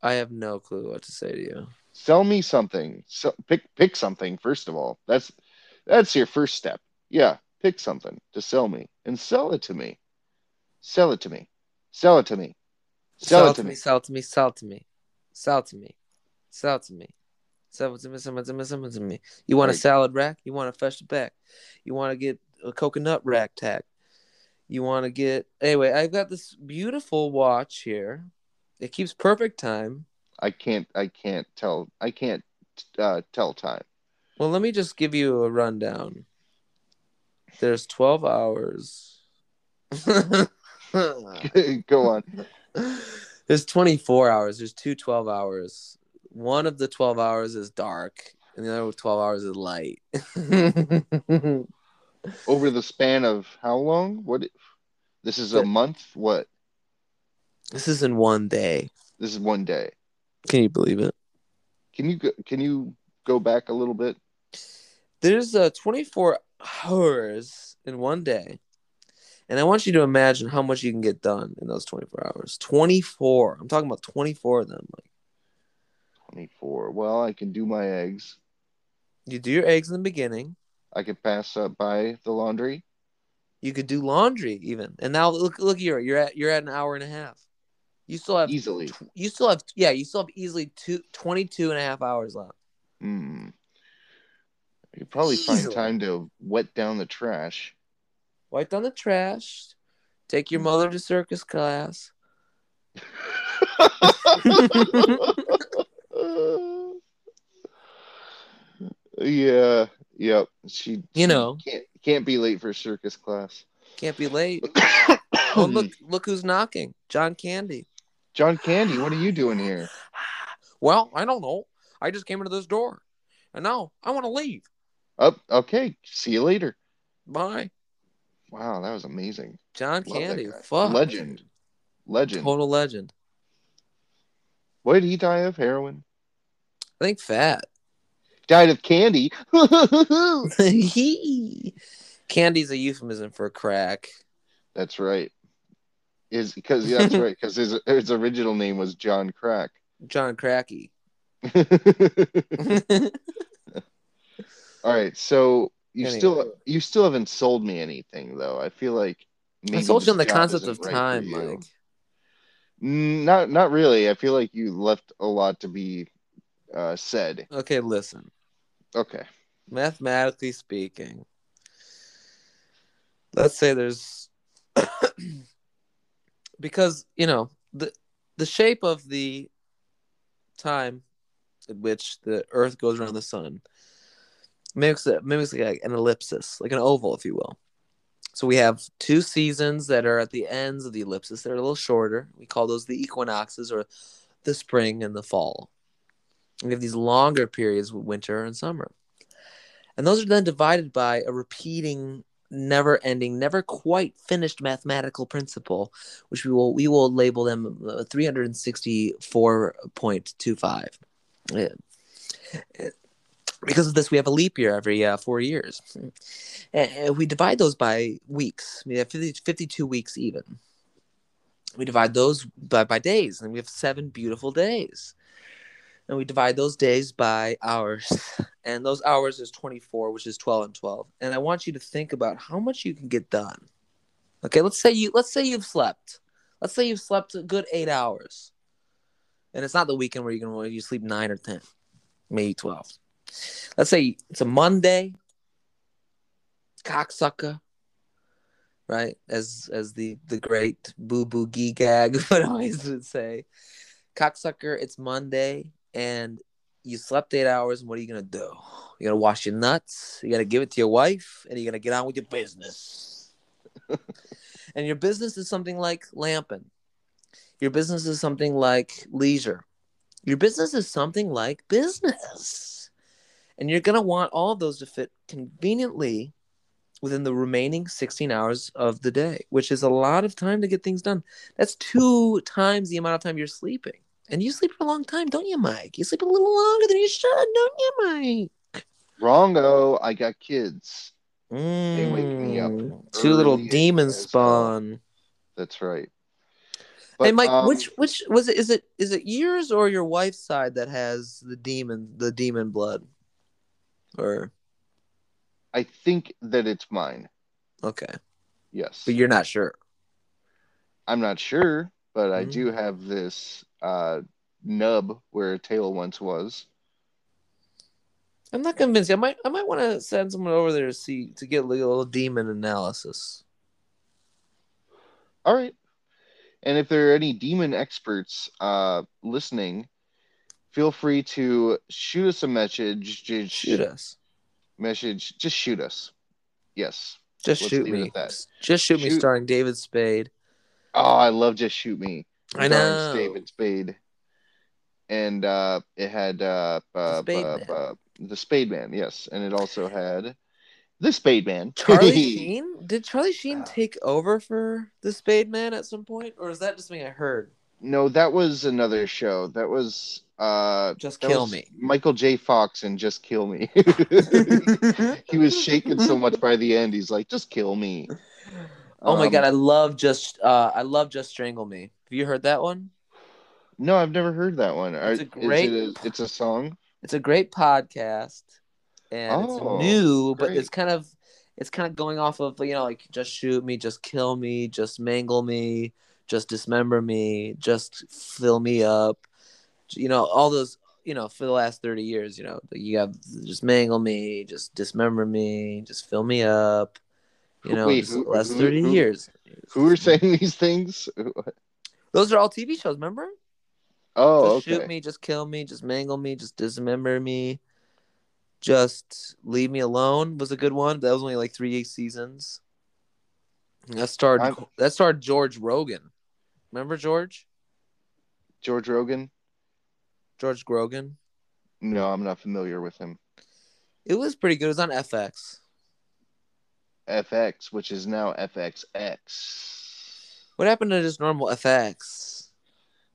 B: I have no clue what to say to you.
A: Sell me something. So, pick pick something first of all. That's that's your first step. Yeah, Pick something to sell me and sell it to me. Sell it to me. Sell it to me. Sell, it to me.
B: Sell it to me. Sell it to me. Sell it to me. Sell it to me. Sell it to me. Sell it to me. Sell it to me. You want a
A: Right.
B: salad rack? You want a fresh back? You want to get a coconut rack tag? You want to get anyway? I've got this beautiful watch here. It keeps perfect time.
A: I can't. I can't tell. I can't uh, tell time. *laughs*
B: Well, let me just give you a rundown. There's
A: *laughs*
B: 12 hours. *laughs*
A: Go on.
B: *laughs* There's 24 hours. There's two 12 hours. One of the 12 hours is dark, and the other 12 hours is light. *laughs*
A: Over the span of how long? What? This is a
B: The-
A: month. What?
B: this is in one day.
A: This is one day.
B: Can you believe it?
A: Can you go, can you go back a little bit?
B: There's uh, 24 hours in one day. And I want you to imagine how much you can get done in those 24 hours. 24. I'm talking about 24 of them. Like,
A: Twenty four. Well, I can do my eggs.
B: you do your eggs in the beginning.
A: I can pass up by the laundry.
B: You could do laundry even. And now look look here, you're at you're at an hour and a half. You still have
A: Easily.
B: tw- you still have yeah, you still have easily two, 22 and a half hours left.
A: Hmm. You could probably find
B: Easily.
A: time to wet down the
B: *laughs*
A: trash.
B: Wipe down the trash. Take your mother to circus class.
A: yeah. Yep. She. she
B: know.
A: can't can't be late for circus class.
B: Can't be late. Oh look look who's knocking. John Candy.
A: John Candy, what are you doing here?
B: Well, I don't know. I just came into this door. And now I want to leave.
A: Up. okay. See you later.
B: Bye.
A: Wow, that was amazing. Love
B: John
A: that
B: Candy.
A: guy.
B: Fuck.
A: Legend. Legend.
B: Total legend.
A: What did he die of? Heroin?
B: I think fat. *laughs*
A: Died of candy. *laughs*
B: Candy's a euphemism for crack.
A: that's right. Is because yeah, that's right. Because his his original name was John Crack. *laughs*
B: John Cracky.
A: All right, so you
B: Anyway.
A: still you still haven't sold me anything though. I feel like
B: I
A: maybe
B: sold you on the
A: this job
B: concept
A: isn't
B: of
A: right for
B: time,
A: you.
B: Mike.
A: Mm, Not not really. I feel like you left a lot to be uh, said.
B: Okay, listen.
A: Okay.
B: Mathematically speaking, let's say there's *clears throat* because you know the the shape of the time at which the Earth goes around the Sun mimics a, mimics like an ellipsis, like an oval, if you will. So we have two seasons that are at the ends of the ellipsis. They're a little shorter. We call those the equinoxes or the spring and the fall. We have these longer periods with winter and summer. And those are then divided by a repeating, never ending, never quite finished mathematical principle, which we will we will label them uh, 364.25. Yeah. Because of this, we have a leap year every uh, four years. And and we divide those by weeks. We have 50, 52 weeks even. We divide those by, by days, and we have seven beautiful days. And we divide those days by hours. And those hours is 24, which is 12 and 12. And I want you to think about how much you can get done. Okay, let's say you let's say you've slept. Let's say you've slept a good eight hours. And it's not the weekend where you can you sleep nine or ten, maybe twelve. Let's say it's a Monday, cocksucker, right? As as the the great boo boo gee gag *laughs* would always would say, cocksucker. It's Monday, and you slept eight hours. And what are you gonna do? You gotta wash your nuts. You gotta give it to your wife, and you're gonna get on with your business. *laughs* and your business is something like lamping. Your business is something like leisure. Your business is something like business. And you're going to want all of those to fit conveniently within the remaining 16 hours of the day, which is a lot of time to get things done. That's two times the amount of time you're sleeping. And you sleep for a long time, don't you, Mike? You sleep a little longer than you should, don't you, Mike?
A: Wrongo. I got kids.
B: They
A: wake me up
B: Mm, Two little
A: early
B: demons
A: as hell.
B: spawn.
A: That's right.
B: and Mike,
A: um,
B: which which was it? Is it is it yours or your wife's side that has the demon the demon blood? Or
A: I think that it's mine.
B: Okay.
A: Yes.
B: But you're not sure.
A: I'm not sure, but I
B: Mhm.
A: do have this uh, nub where a tail once was.
B: I'm not convinced. I might I might want to send someone over there to see to get a little demon analysis.
A: All right. And if there are any demon experts uh, listening, feel free to shoot us a message. Just
B: Shoot us.
A: Message. Just shoot us. Yes.
B: Just
A: Let's
B: shoot
A: leave it
B: me.
A: at that.
B: Just shoot, me
A: Shoot.
B: starring David Spade.
A: Oh, I love just shoot me.
B: I
A: Starring
B: know.
A: David Spade. And uh, it had uh, uh,
B: Spade
A: uh,
B: Man.
A: uh, the Spade Man. Yes, and it also had the Spade Man. *laughs*
B: Charlie Sheen? Did Charlie Sheen
A: Uh.
B: take over for the Spade Man at some point? Or is that just something I heard?
A: No, that was another show. That was uh
B: Just
A: that
B: kill
A: was
B: me.
A: Michael J. Fox and Just Kill
B: *laughs*
A: Me. *laughs* he was shaken so much by the end. He's like, just kill me.
B: Oh my
A: Um,
B: god, I love just uh I love just strangle me. Have you heard that one?
A: No, I've never heard that one. Are-
B: It's a
A: is it
B: great-
A: a- it's a song.
B: It's a great podcast, and
A: Oh,
B: it's new, but
A: great.
B: it's kind of it's kind of going off of you know like just shoot me, just kill me, just mangle me, just dismember me, just fill me up. You know all those you know for the last thirty years. You know you have just mangle me, just dismember me, just fill me up. You know
A: Wait,
B: just
A: who-
B: the last
A: who-
B: thirty
A: who-
B: years.
A: Who are saying *laughs* these things?
B: Those are all TV shows. Remember?
A: Oh,
B: just
A: okay.
B: shoot me, just kill me, just mangle me, just dismember me, just leave me alone was a good one. That was only like three seasons. That starred
A: I'm-
B: that starred George Rogan. Remember George?
A: George Rogan?
B: George Grogan.
A: No, I'm not familiar with him.
B: It was pretty good. It was on FX.
A: FX, which is now FXX.
B: What happened to just normal FX?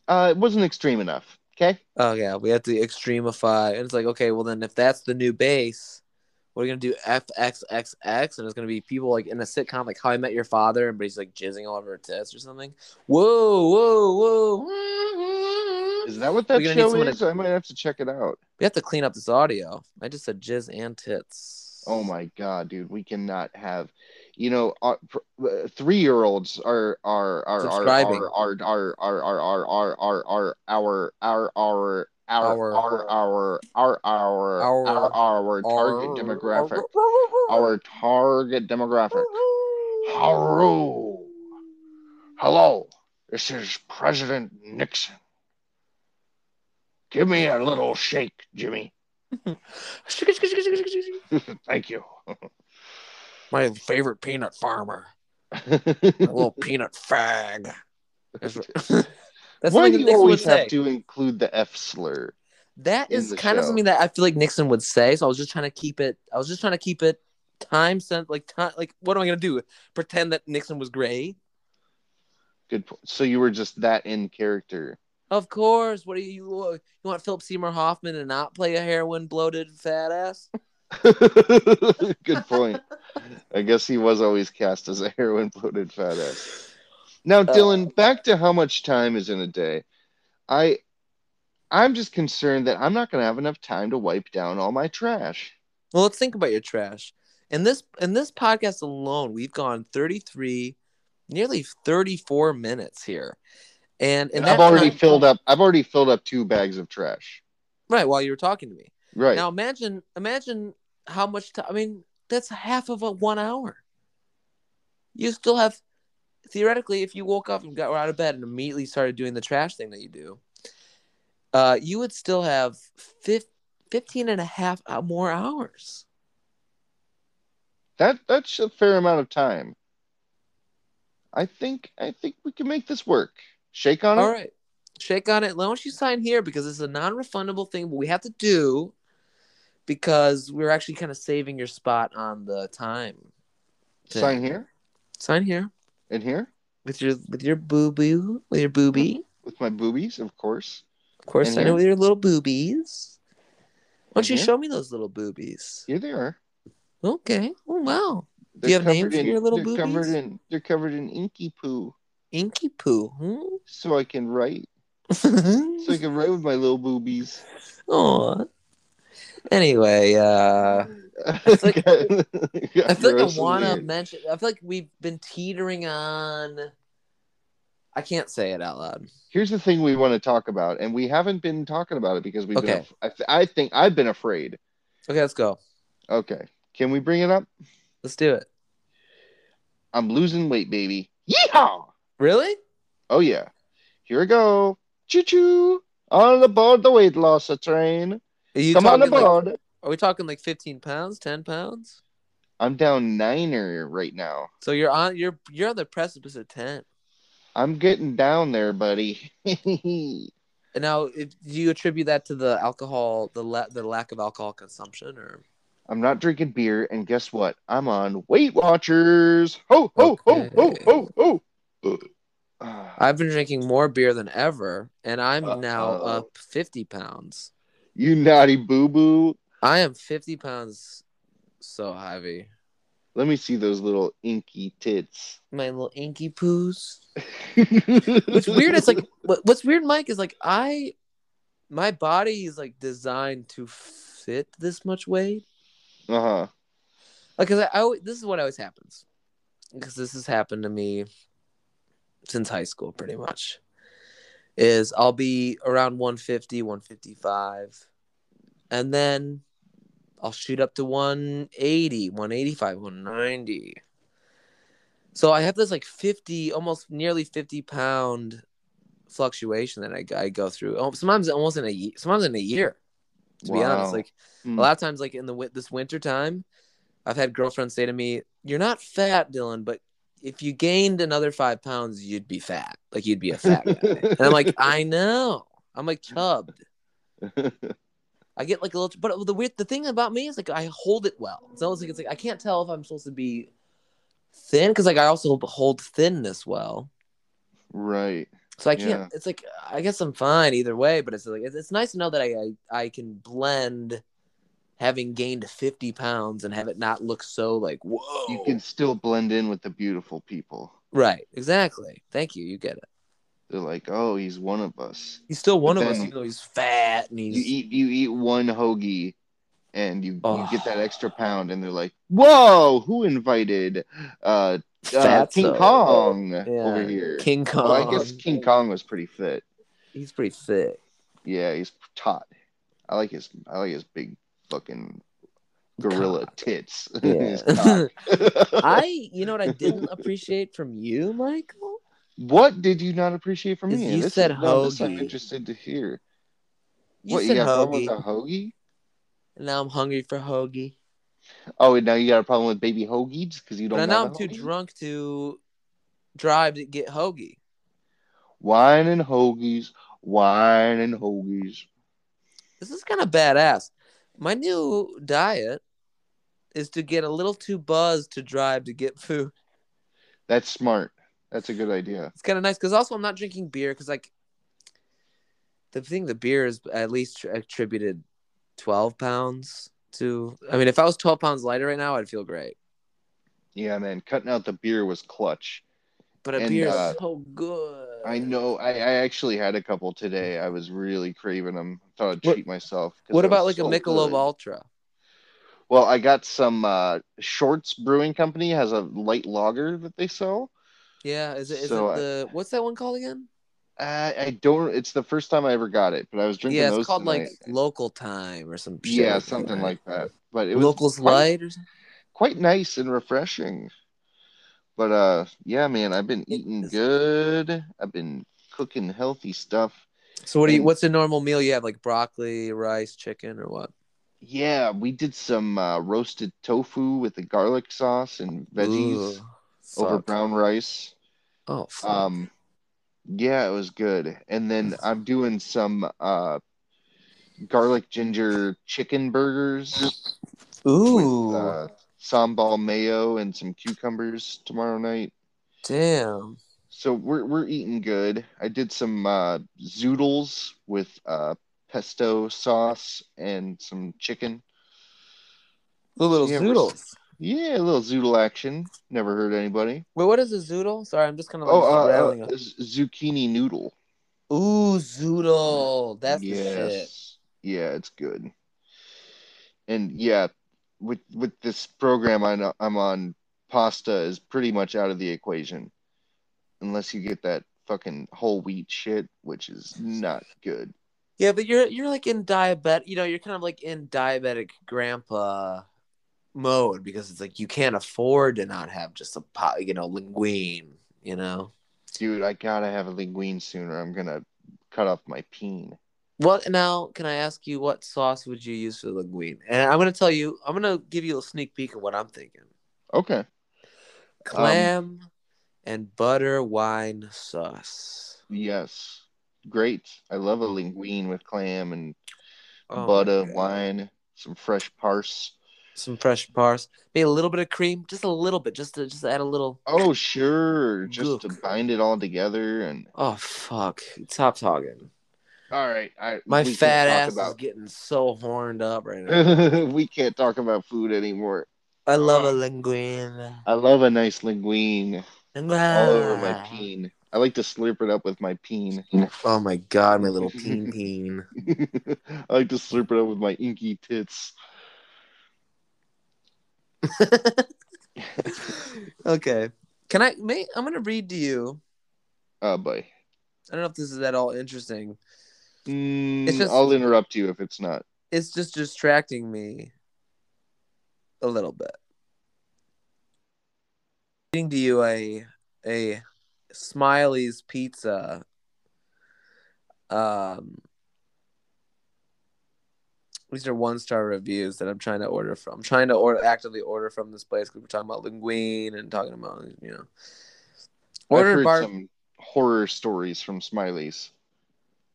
A: Uh, it wasn't extreme enough. Okay.
B: Oh yeah, we have to extremify, and it's like okay, well then if that's the new base, we're gonna do FXXX, and it's gonna be people like in a sitcom like How I Met Your Father, and he's like jizzing all over her tits or something. Whoa, whoa,
A: *laughs*
B: whoa!
A: Is that what
B: We're
A: that
B: gonna need
A: show
B: someone to-
A: is? I might have to check it out.
B: We have to clean up this audio. I just said jizz and tits.
A: Oh my god, dude, we cannot have, you know, uh, pr- uh, three-year-olds are are are are
B: Subscribing.
A: are are are are are are are are are our our our our
B: Our-
A: our our our our our
B: Our-
A: our target
B: Oh.
A: demographic,
B: *laughs*
A: our target demographic. Hello, hello, this is President Nixon. Give me a little shake, Jimmy. Thank
B: *laughs*
A: you.
B: My favorite peanut farmer, my little
A: *laughs*
B: peanut fag. That's what- *laughs* That's
A: Why
B: something
A: do
B: that
A: you
B: Nixon would
A: always
B: say.
A: have to include the F slur?
B: That
A: in
B: is
A: the
B: kind of
A: show.
B: something that I feel like Nixon would say. So I was just trying to keep it. I was just trying to keep it time sense. Like time. Like what am I gonna do? Pretend that Nixon was gray?
A: Good. po- So you were just that in character.
B: Of course. What do you you want? Philip Seymour Hoffman to not play a heroin bloated fat ass?
A: *laughs* Good point. I guess he was always cast as a heroin bloated fat ass.
B: Uh,
A: Now, Dylan, back to how much time is in a day. I, I'm just concerned that I'm not going to have enough time to wipe down all my trash.
B: Well, let's think about your trash. In this in this podcast alone, we've gone thirty three, nearly thirty four minutes here, and in
A: And
B: that
A: I've already
B: time-
A: filled up. I've already filled up two bags of trash.
B: right while you were talking to me.
A: Right.
B: Now imagine imagine how much time. I mean, that's half of a one hour. You still have theoretically, if you woke up and got out of bed and immediately started doing the trash thing that you do, uh, you would still have fif- 15 and a half hou- more hours.
A: That that's a fair amount of time. I think I think we can make this work. Shake on
B: All
A: it.
B: right. Shake on it. Why don't you sign here because it's a non refundable thing, but we have to do because we're actually kind of saving your spot on the time. thing.
A: Sign here
B: Sign here
A: and here
B: with your with your boo boo with your boobie.
A: with my boobies, of course.
B: Of course,
A: And
B: I know
A: here.
B: your little boobies. Why don't you
A: Mhm.
B: show me those little boobies?
A: Here they are.
B: Okay. Oh wow.
A: They're
B: Do you have names
A: covered
B: for
A: in-
B: your little
A: they're
B: boobies?
A: Covered in, they're covered in inky poo,
B: Inky poo. Hmm?
A: so I can write. So I can write with my little boobies.
B: *laughs* Aw. Anyway, uh, feel
A: *laughs*
B: like- I feel like I
A: Gross and
B: want to
A: weird.
B: mention. I feel like we've been teetering on. I can't say it out loud.
A: Here's the thing we want to talk about, and we haven't been talking about it because we've been.
B: Okay.
A: Af- I, th- I think I've been afraid.
B: Okay, let's go.
A: Okay, can we bring it up?
B: Let's do it.
A: I'm losing weight, baby. Yeehaw!
B: Really?
A: Oh yeah, here we go. Choo choo! On aboard the weight loss train.
B: Are you
A: Come on
B: talking, like-
A: aboard.
B: are we talking like 15 pounds, 10 pounds?
A: I'm down niner right now.
B: So you're on you're you're on the precipice of 10.
A: I'm getting down there, buddy. *laughs*
B: And now, if, do you attribute that to the alcohol, the la- the lack of alcohol consumption, or
A: I'm not drinking beer, and guess what? I'm on Weight Watchers. Ho ho ho
B: Okay.
A: ho ho ho. Uh,
B: I've been drinking more beer than ever, and I'm now
A: Uh-oh.
B: up 50 pounds.
A: you naughty boo boo.
B: I am 50 pounds so heavy.
A: Let me see those little inky tits.
B: My little inky poos.
A: What's
B: What's weird
A: *laughs*
B: is like what, what's weird, Mike, is like I, my body is like designed to fit this much weight.
A: Uh huh.
B: Like, cause I, I always, this is what always happens, because this has happened to me since high school, pretty much. Is I'll be around 150, 155, and then I'll shoot up to 180, 185, 190. So I have this like 50, almost nearly 50 pound fluctuation that I, I go through. Oh, Sometimes almost in a ye- sometimes in a year. To be
A: Wow.
B: honest, like
A: Mm.
B: a lot of times, like in the win- this winter time, I've had girlfriends say to me, "You're not fat, Dylan, but if you gained another five pounds, you'd be fat. Like you'd be a fat guy."
A: *laughs*
B: and I'm like, "I know. I'm like chubbed. I get like a little, but the weird, the thing about me is like I hold it well. It's almost like it's like I can't tell if I'm supposed to be thin because like I also hold thinness well.
A: right.
B: So I can't.
A: Yeah.
B: It's like I guess I'm fine either way, but it's like it's, it's nice to know that I, I I can blend having gained 50 pounds and have it not look so like whoa.
A: You can still blend in with the beautiful people.
B: right exactly. Thank you. You get it.
A: They're like, oh, he's one of us.
B: He's still one of us,
A: then-
B: even though he's fat and he's
A: You
B: *laughs*
A: eat, you eat one hoagie, and you,
B: Oh.
A: you get that extra pound, and they're like, whoa, who invited uh, uh,
B: fat.
A: King
B: so-
A: Kong
B: Yeah.
A: over here?
B: King Kong.
A: Well, I guess King Kong was pretty fit.
B: he's
A: *laughs*
B: pretty thick.
A: Yeah, he's taut. I like his I like his big fucking gorilla tits. *laughs*
B: Yeah.
A: His cock.
B: *laughs* I, you know what I didn't appreciate from you, Michael?
A: *laughs* what did you not appreciate from
B: Is
A: me?
B: you said
A: is dumb, this I'm
B: hoagie.
A: interested to hear.
B: You
A: what
B: said
A: you got a problem
B: hoagie,
A: with a hoagie?
B: and now I'm hungry for hoagie.
A: Oh, and now you got a problem with baby hoagie just because you don't.
B: But now
A: know
B: I'm
A: the
B: too
A: hoagie?
B: drunk to drive to get hoagie.
A: Wine and hoagies, wine and hoagies.
B: This is kind of badass. My new diet is to get a little too buzzed to drive to get food.
A: That's smart. That's a good idea.
B: It's kind of nice because also I'm not drinking beer because like the thing the beer is at least tr- attributed 12 pounds to. I mean, if I was 12 pounds lighter right now, I'd feel great.
A: Yeah, man, cutting out the beer was clutch.
B: But a
A: And,
B: beer
A: uh,
B: is so good.
A: I know. I, I actually had a couple today. I was really craving them. Thought I'd
B: What-
A: treat myself. 'cause
B: What
A: they were
B: about like
A: so
B: a Michelob
A: good.
B: Ultra?
A: Well, I got some uh, Shorts Brewing Company has a light lager that they sell.
B: Yeah, is it is
A: So
B: it
A: I-
B: the what's that one called again?
A: I, I don't. It's the first time I ever got it, but I was drinking.
B: Yeah, it's
A: those
B: called like
A: tonight.
B: Local Time or some shit
A: yeah,
B: like
A: something
B: that.
A: like that. But it was
B: Locals
A: quite-
B: Light or something.
A: quite nice and refreshing. But uh, yeah, man, I've been eating
B: is.
A: good. I've been cooking healthy stuff.
B: So what do you?
A: And-
B: What's a normal meal you have? Like broccoli, rice, chicken, or what?
A: Yeah, we did some uh, roasted tofu with the garlic sauce and veggies
B: Ooh,
A: over
B: fuck.
A: brown rice.
B: Oh, fuck.
A: Um, yeah, it was good. And then I'm doing some uh, garlic ginger chicken burgers
B: ooh,
A: with uh, sambal mayo and some cucumbers tomorrow night.
B: damn.
A: So we're we're eating good. I did some uh, zoodles with uh, pesto sauce and some chicken.
B: The little
A: Yeah, we're-
B: zoodles.
A: Yeah, a little zoodle action. Never hurt anybody.
B: Wait, what is a zoodle? Sorry, I'm just kind of like
A: Oh, uh,
B: rattling.
A: uh, z- zucchini noodle.
B: Ooh, zoodle. That's the shit.
A: Yeah, it's good. and yeah, with with this program I know I'm on, pasta is pretty much out of the equation, unless you get that fucking whole wheat shit, which is not good.
B: Yeah, but you're you're like in diabet. You know, you're kind of like in diabetic grandpa mode because it's like you can't afford to not have just a pot. You know, linguine. You know.
A: Dude, I gotta have a linguine sooner. I'm gonna cut off my peen.
B: What now? Can I ask you what sauce would you use for the linguine? And I'm gonna tell you. I'm gonna give you a sneak peek of what I'm thinking:
A: Okay. Um,
B: clam and butter wine sauce.
A: Yes. Great. I love a linguine with clam and
B: Oh my
A: butter,
B: God.
A: wine, some fresh parse.
B: some fresh parse, maybe a little bit of cream, just a little bit, just to just to add a little.
A: Oh, sure. Just to
B: Look.
A: bind it all together. And
B: Oh fuck! Stop talking.
A: all right. I,
B: My
A: we can't
B: fat
A: talk
B: ass is
A: about-
B: getting so horned up
A: *laughs*
B: right now.
A: we can't talk about food anymore.
B: I love a linguine.
A: I love a nice linguine all over my
B: Ah.
A: peen. I like to slurp it up with my peen. *laughs*
B: Oh my god, my little peen peen.
A: I like to slurp it up with my inky tits.
B: okay. Can I may I'm gonna read to you.
A: Oh boy.
B: I don't know if this is at all interesting.
A: Mm,
B: It's just-
A: I'll interrupt you if it's not.
B: It's just distracting me a little bit. Reading to you a a Smiley's pizza. Um these are one star reviews that I'm trying to order from. I'm trying to order actively order from this place because we're talking about linguine and talking about you know.
A: I've
B: Order
A: heard
B: bar.
A: some horror stories from Smiley's.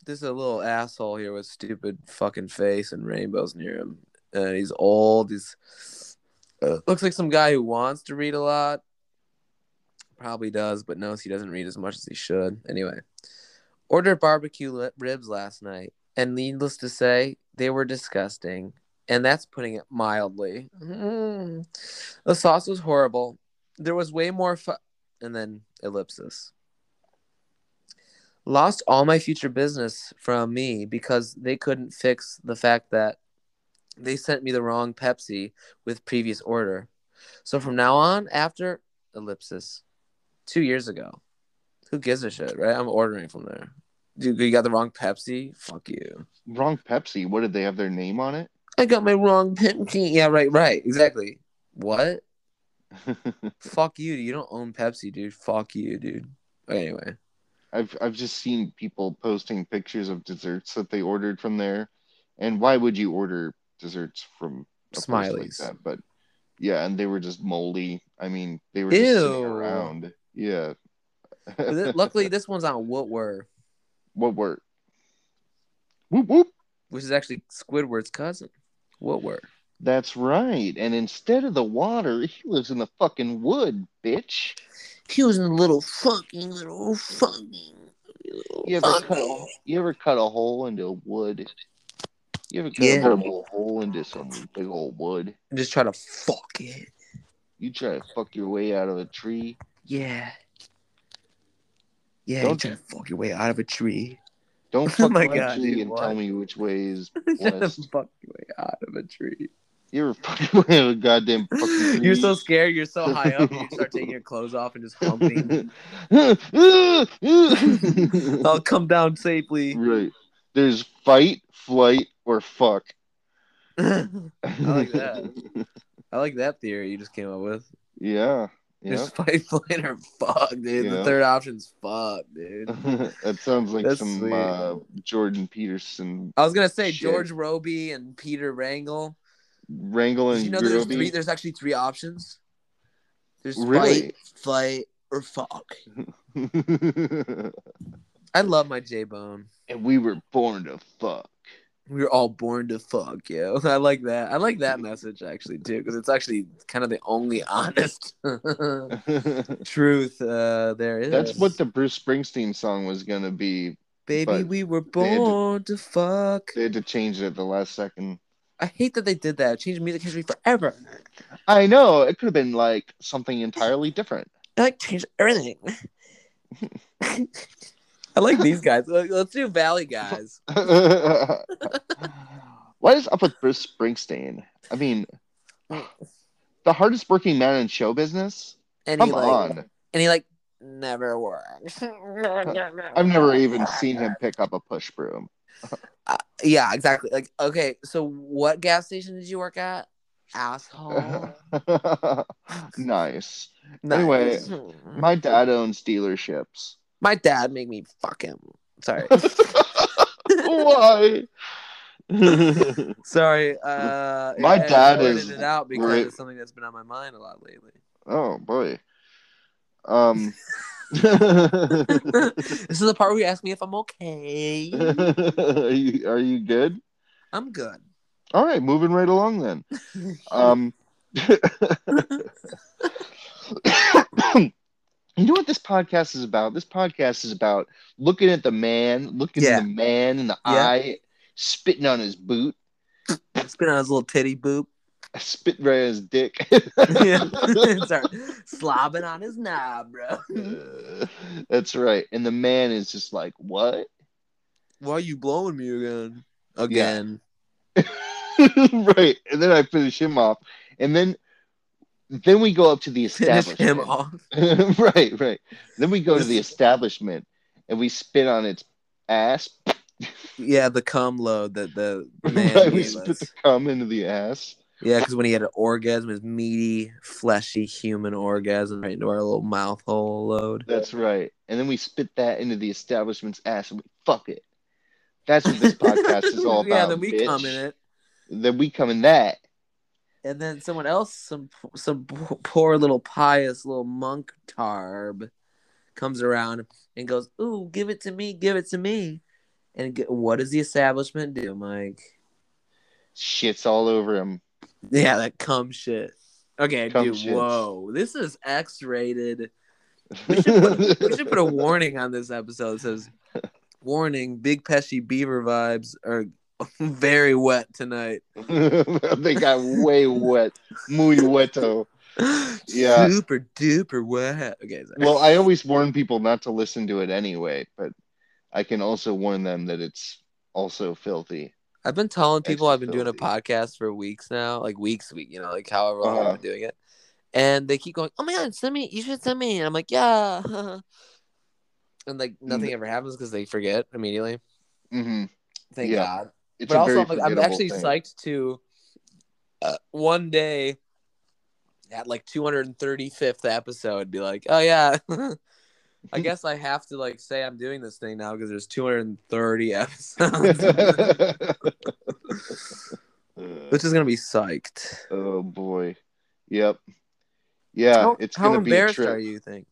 B: There's a little asshole here with stupid fucking face and rainbows near him. Uh, he's old. He's uh, looks like some guy who wants to read a lot. Probably does, but knows he doesn't read as much as he should. Anyway, ordered barbecue li- ribs last night, and needless to say, they were disgusting, and that's putting it mildly. Mm. The sauce was horrible. There was way more fu- and then ellipsis. Lost all my future business from me because they couldn't fix the fact that they sent me the wrong Pepsi with previous order. So from now on, after ellipsis, two years ago, who gives a shit, right? I'm ordering from there. Dude, you got the wrong Pepsi? Fuck you.
A: Wrong Pepsi. What did they have their name on it? *laughs*
B: I got my wrong Pepsi. Yeah, right, right. Exactly. What? Fuck you. dude. You don't own Pepsi, dude. Fuck you, dude. Anyway.
A: I've I've just seen people posting pictures of desserts that they ordered from there. And why would you order desserts from a place
B: Smiley's.
A: Like that? But yeah, and they were just moldy. I mean, they were just sitting
B: Ew.
A: around. Yeah.
B: But
A: *laughs*
B: th- Luckily, this one's on Woodward,
A: what were? Whoop whoop.
B: which is actually Squidward's cousin. Woodward.
A: That's right. And instead of the water, he lives in the fucking wood, bitch.
C: She was a little fucking, little fucking. little
A: You ever cut
C: fucking.
A: a, you ever cut a hole into wood? You ever cut
B: Yeah.
A: a horrible hole into some big old wood?
B: Just try to fuck it.
A: You try to fuck your way out of a tree.
B: Yeah. Yeah,
A: Don't
B: you try to fuck your way out of a *laughs* tree.
A: Don't fuck
B: Oh my
A: my
B: God,
A: tree
B: dude,
A: and
B: what?
A: tell me which way is
B: Try to
A: west.
B: fuck your way out of a tree.
A: you ever *laughs* fucking way out of a goddamn fucking tree.
B: *laughs* You're so scared. You're so high up. You start
A: *laughs*
B: taking your clothes off and just humping. I'll come down *laughs*
A: *laughs*
B: safely.
A: right. There's fight, flight, or fuck.
B: I *laughs* like that. like that theory you just came up with.
A: *laughs* yeah. Yeah.
B: Just *laughs* fight, flight, or fuck, dude.
A: Yeah.
B: The third option's fuck, dude.
A: *laughs* that sounds like
B: That's
A: some
B: sweet.
A: uh, Jordan Peterson
B: I was gonna say
A: Shit.
B: George Roby and Peter Wrangle.
A: wrangle
B: Did
A: and
B: you know there's
A: Groby.
B: three? There's actually three options. There's
A: Really?
B: fight, fight, or fuck. I love my J Bone.
A: *laughs* and we were born to fuck.
B: We were all born to fuck, yo. *laughs* I like that. I like that message actually too, because it's actually kind of the only *laughs* honest truth uh, there is.
A: *laughs* That's what the Bruce Springsteen song was gonna be.
B: baby.
A: but
B: We were
A: had to-
B: born to fuck.
A: They had to change it at the last second.
B: I hate that they did that. It changed music history forever.
A: I know it could have been like something entirely different. *laughs*
C: I like changed
B: *laughs*
C: everything.
B: I like these guys. Like, Let's do Valley guys.
A: well, What is up with Bruce Springsteen? I
B: *sighs*
A: mean, the hardest working man in show business.
B: And
A: Come
B: he like
A: on,
B: and he like never works.
A: *laughs* I've never even seen him pick up a push broom. *laughs*
B: Yeah, exactly. Like, okay, so what gas station did you work at?
A: *laughs*
B: Asshole.
A: nice.
B: Nice.
A: My dad owns dealerships.
B: my dad made me fuck him.
A: *laughs*
B: Sorry.
A: Why? That's
B: Sorry. Uh,
A: My
B: I- I
A: dad
B: blurted
A: is
B: it out because
A: great.
B: it's something that's been on my mind a lot lately. *laughs*
A: Oh boy. Um. *laughs*
B: this is the part where you ask me if I'm okay.
A: *laughs* are you are you good?
B: I'm good.
A: All right, moving right along then. Um. *coughs* You know what this podcast is about? This podcast is about looking at the man, looking
B: Yeah.
A: at the man in the
B: Yeah.
A: eye, spitting on his boot,
B: Spit on his little titty boop. *laughs*
A: spit right on his dick. *laughs*
B: Yeah. Sorry. Slobbing on his knob, bro.
A: That's right. And the man is just like, what? *laughs*
B: Why are you blowing me again? Again.
A: right. And then I finish him off. And then then we go up to the
B: *laughs* Finish
A: establishment.
B: him
A: *laughs*
B: off.
A: right, right. Then we go to the establishment and we spit on its ass. *laughs*
B: Yeah, the cum load that the man
A: right? We
B: gave
A: spit
B: us.
A: the cum into the ass.
B: Yeah, because when he had an orgasm, his meaty, fleshy human orgasm right into our little mouth hole load.
A: That's right. And then we spit that into the establishment's ass and we fuck it. That's what this podcast
B: *laughs*
A: is all about.
B: yeah, then we
A: bitch.
B: come in it,
A: Then we come in that.
B: and then someone else, some some poor little pious little monk tarb, comes around and goes, "Ooh, give it to me, give it to me," and g what does the establishment do, Mike?
A: Shit's all over him.
B: Yeah, that cum shit. Okay,
A: Cum
B: dude.
A: shits.
B: Whoa, this is X-rated. We should, put, we should put a warning on this episode. It says, "Warning: Big Pesci Beaver vibes are *laughs* very wet tonight."
A: they got way wet, muy wetto. Yeah.
B: super duper wet. Okay, sorry.
A: Well, I always warn people not to listen to it anyway, but I can also warn them that it's also filthy.
B: I've been telling people I've been doing a
A: Accessibility.
B: podcast for weeks now, like weeks, week, you know, like however long
A: Uh-huh.
B: I've been doing it, and they keep going, "Oh my god, send me! You should send me!" And I'm like, "Yeah," *laughs* and
A: Mm.
B: like nothing ever happens because they forget immediately.
A: hmm
B: Thank
A: Yeah.
B: God.
A: It's
B: but
A: a
B: also
A: very
B: I'm, like, I'm
A: forgettable
B: actually
A: thing.
B: psyched to uh, one day at like 235th episode be like oh yeah *laughs*
A: *laughs*
B: i guess i have to like say i'm doing this thing now because there's
A: *laughs*
B: 230 episodes *laughs* which is gonna be psyched
A: oh boy. Yep. Yeah,
B: how,
A: it's
B: how
A: gonna be a
B: embarrassed
A: trip.
B: are you think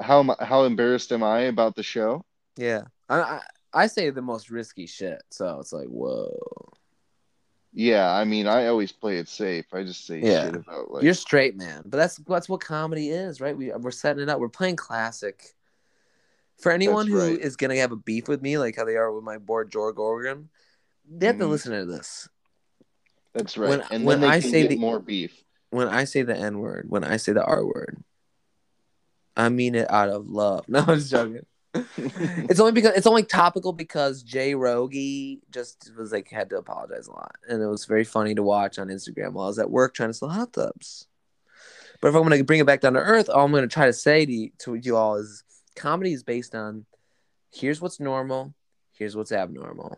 A: How am I- how embarrassed am I about the show?
B: yeah I, I i say the most risky shit so it's like whoa
A: Yeah, I mean, I always play it safe. I just say
B: Yeah.
A: shit about like
B: you're straight man but that's that's what comedy is right we, we're setting it up we're playing classic for anyone who
A: right.
B: is gonna have a beef with me like how they are with my board Jorg Organ, they have to
A: Mhm.
B: listen to this
A: that's right.
B: when-
A: and
B: when
A: then they
B: I
A: can
B: say
A: get
B: the-
A: more beef.
B: when i say the n word when i say the r word i mean it out of love *laughs* no i'm just joking it's only because it's only topical because Jay Rogie just was like had to apologize a lot, and it was very funny to watch on Instagram while I was at work trying to sell hot tubs. But if I'm going to bring it back down to earth, all I'm going to try to say to, y- to you all is comedy is based on here's what's normal, here's what's abnormal.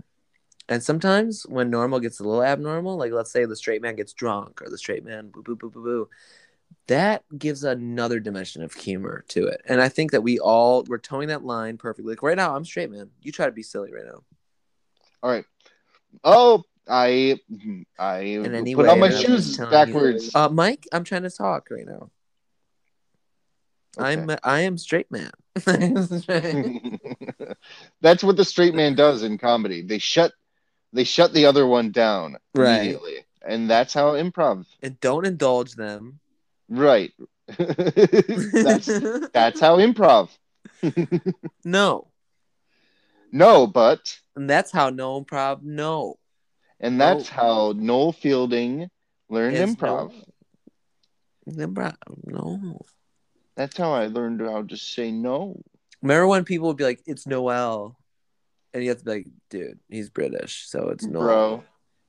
B: And sometimes when normal gets a little abnormal, like let's say the straight man gets drunk or the straight man boo boo boo boo boo, that gives another dimension of humor to it. And I think that we all we're towing that line perfectly. Like right now, I'm straight man. You try to be silly right now.
A: All right. Oh, I hmm, I
B: In
A: put
B: any
A: on
B: way,
A: my
B: I'm
A: shoes
B: telling you.
A: backwards.
B: Uh, Mike, I'm trying to talk right now.
A: Okay.
B: I'm I am straight
A: *laughs*
B: man. *laughs*
A: That's what the straight man does in comedy. They shut they shut the other one down
B: Right.
A: immediately. And that's how improv.
B: and don't indulge them.
A: Right. *laughs* that's
B: *laughs*
A: that's how improv.
B: no.
A: No, but
B: And that's how no improv no.
A: and that's
B: No.
A: how Noel Fielding learned
B: It's
A: improv.
B: No. Improv no.
A: That's how I learned how to say no.
B: Remember when people would be like, "It's Noel," and you have to be like, "Dude, he's British, so it's Noel."
A: Bro,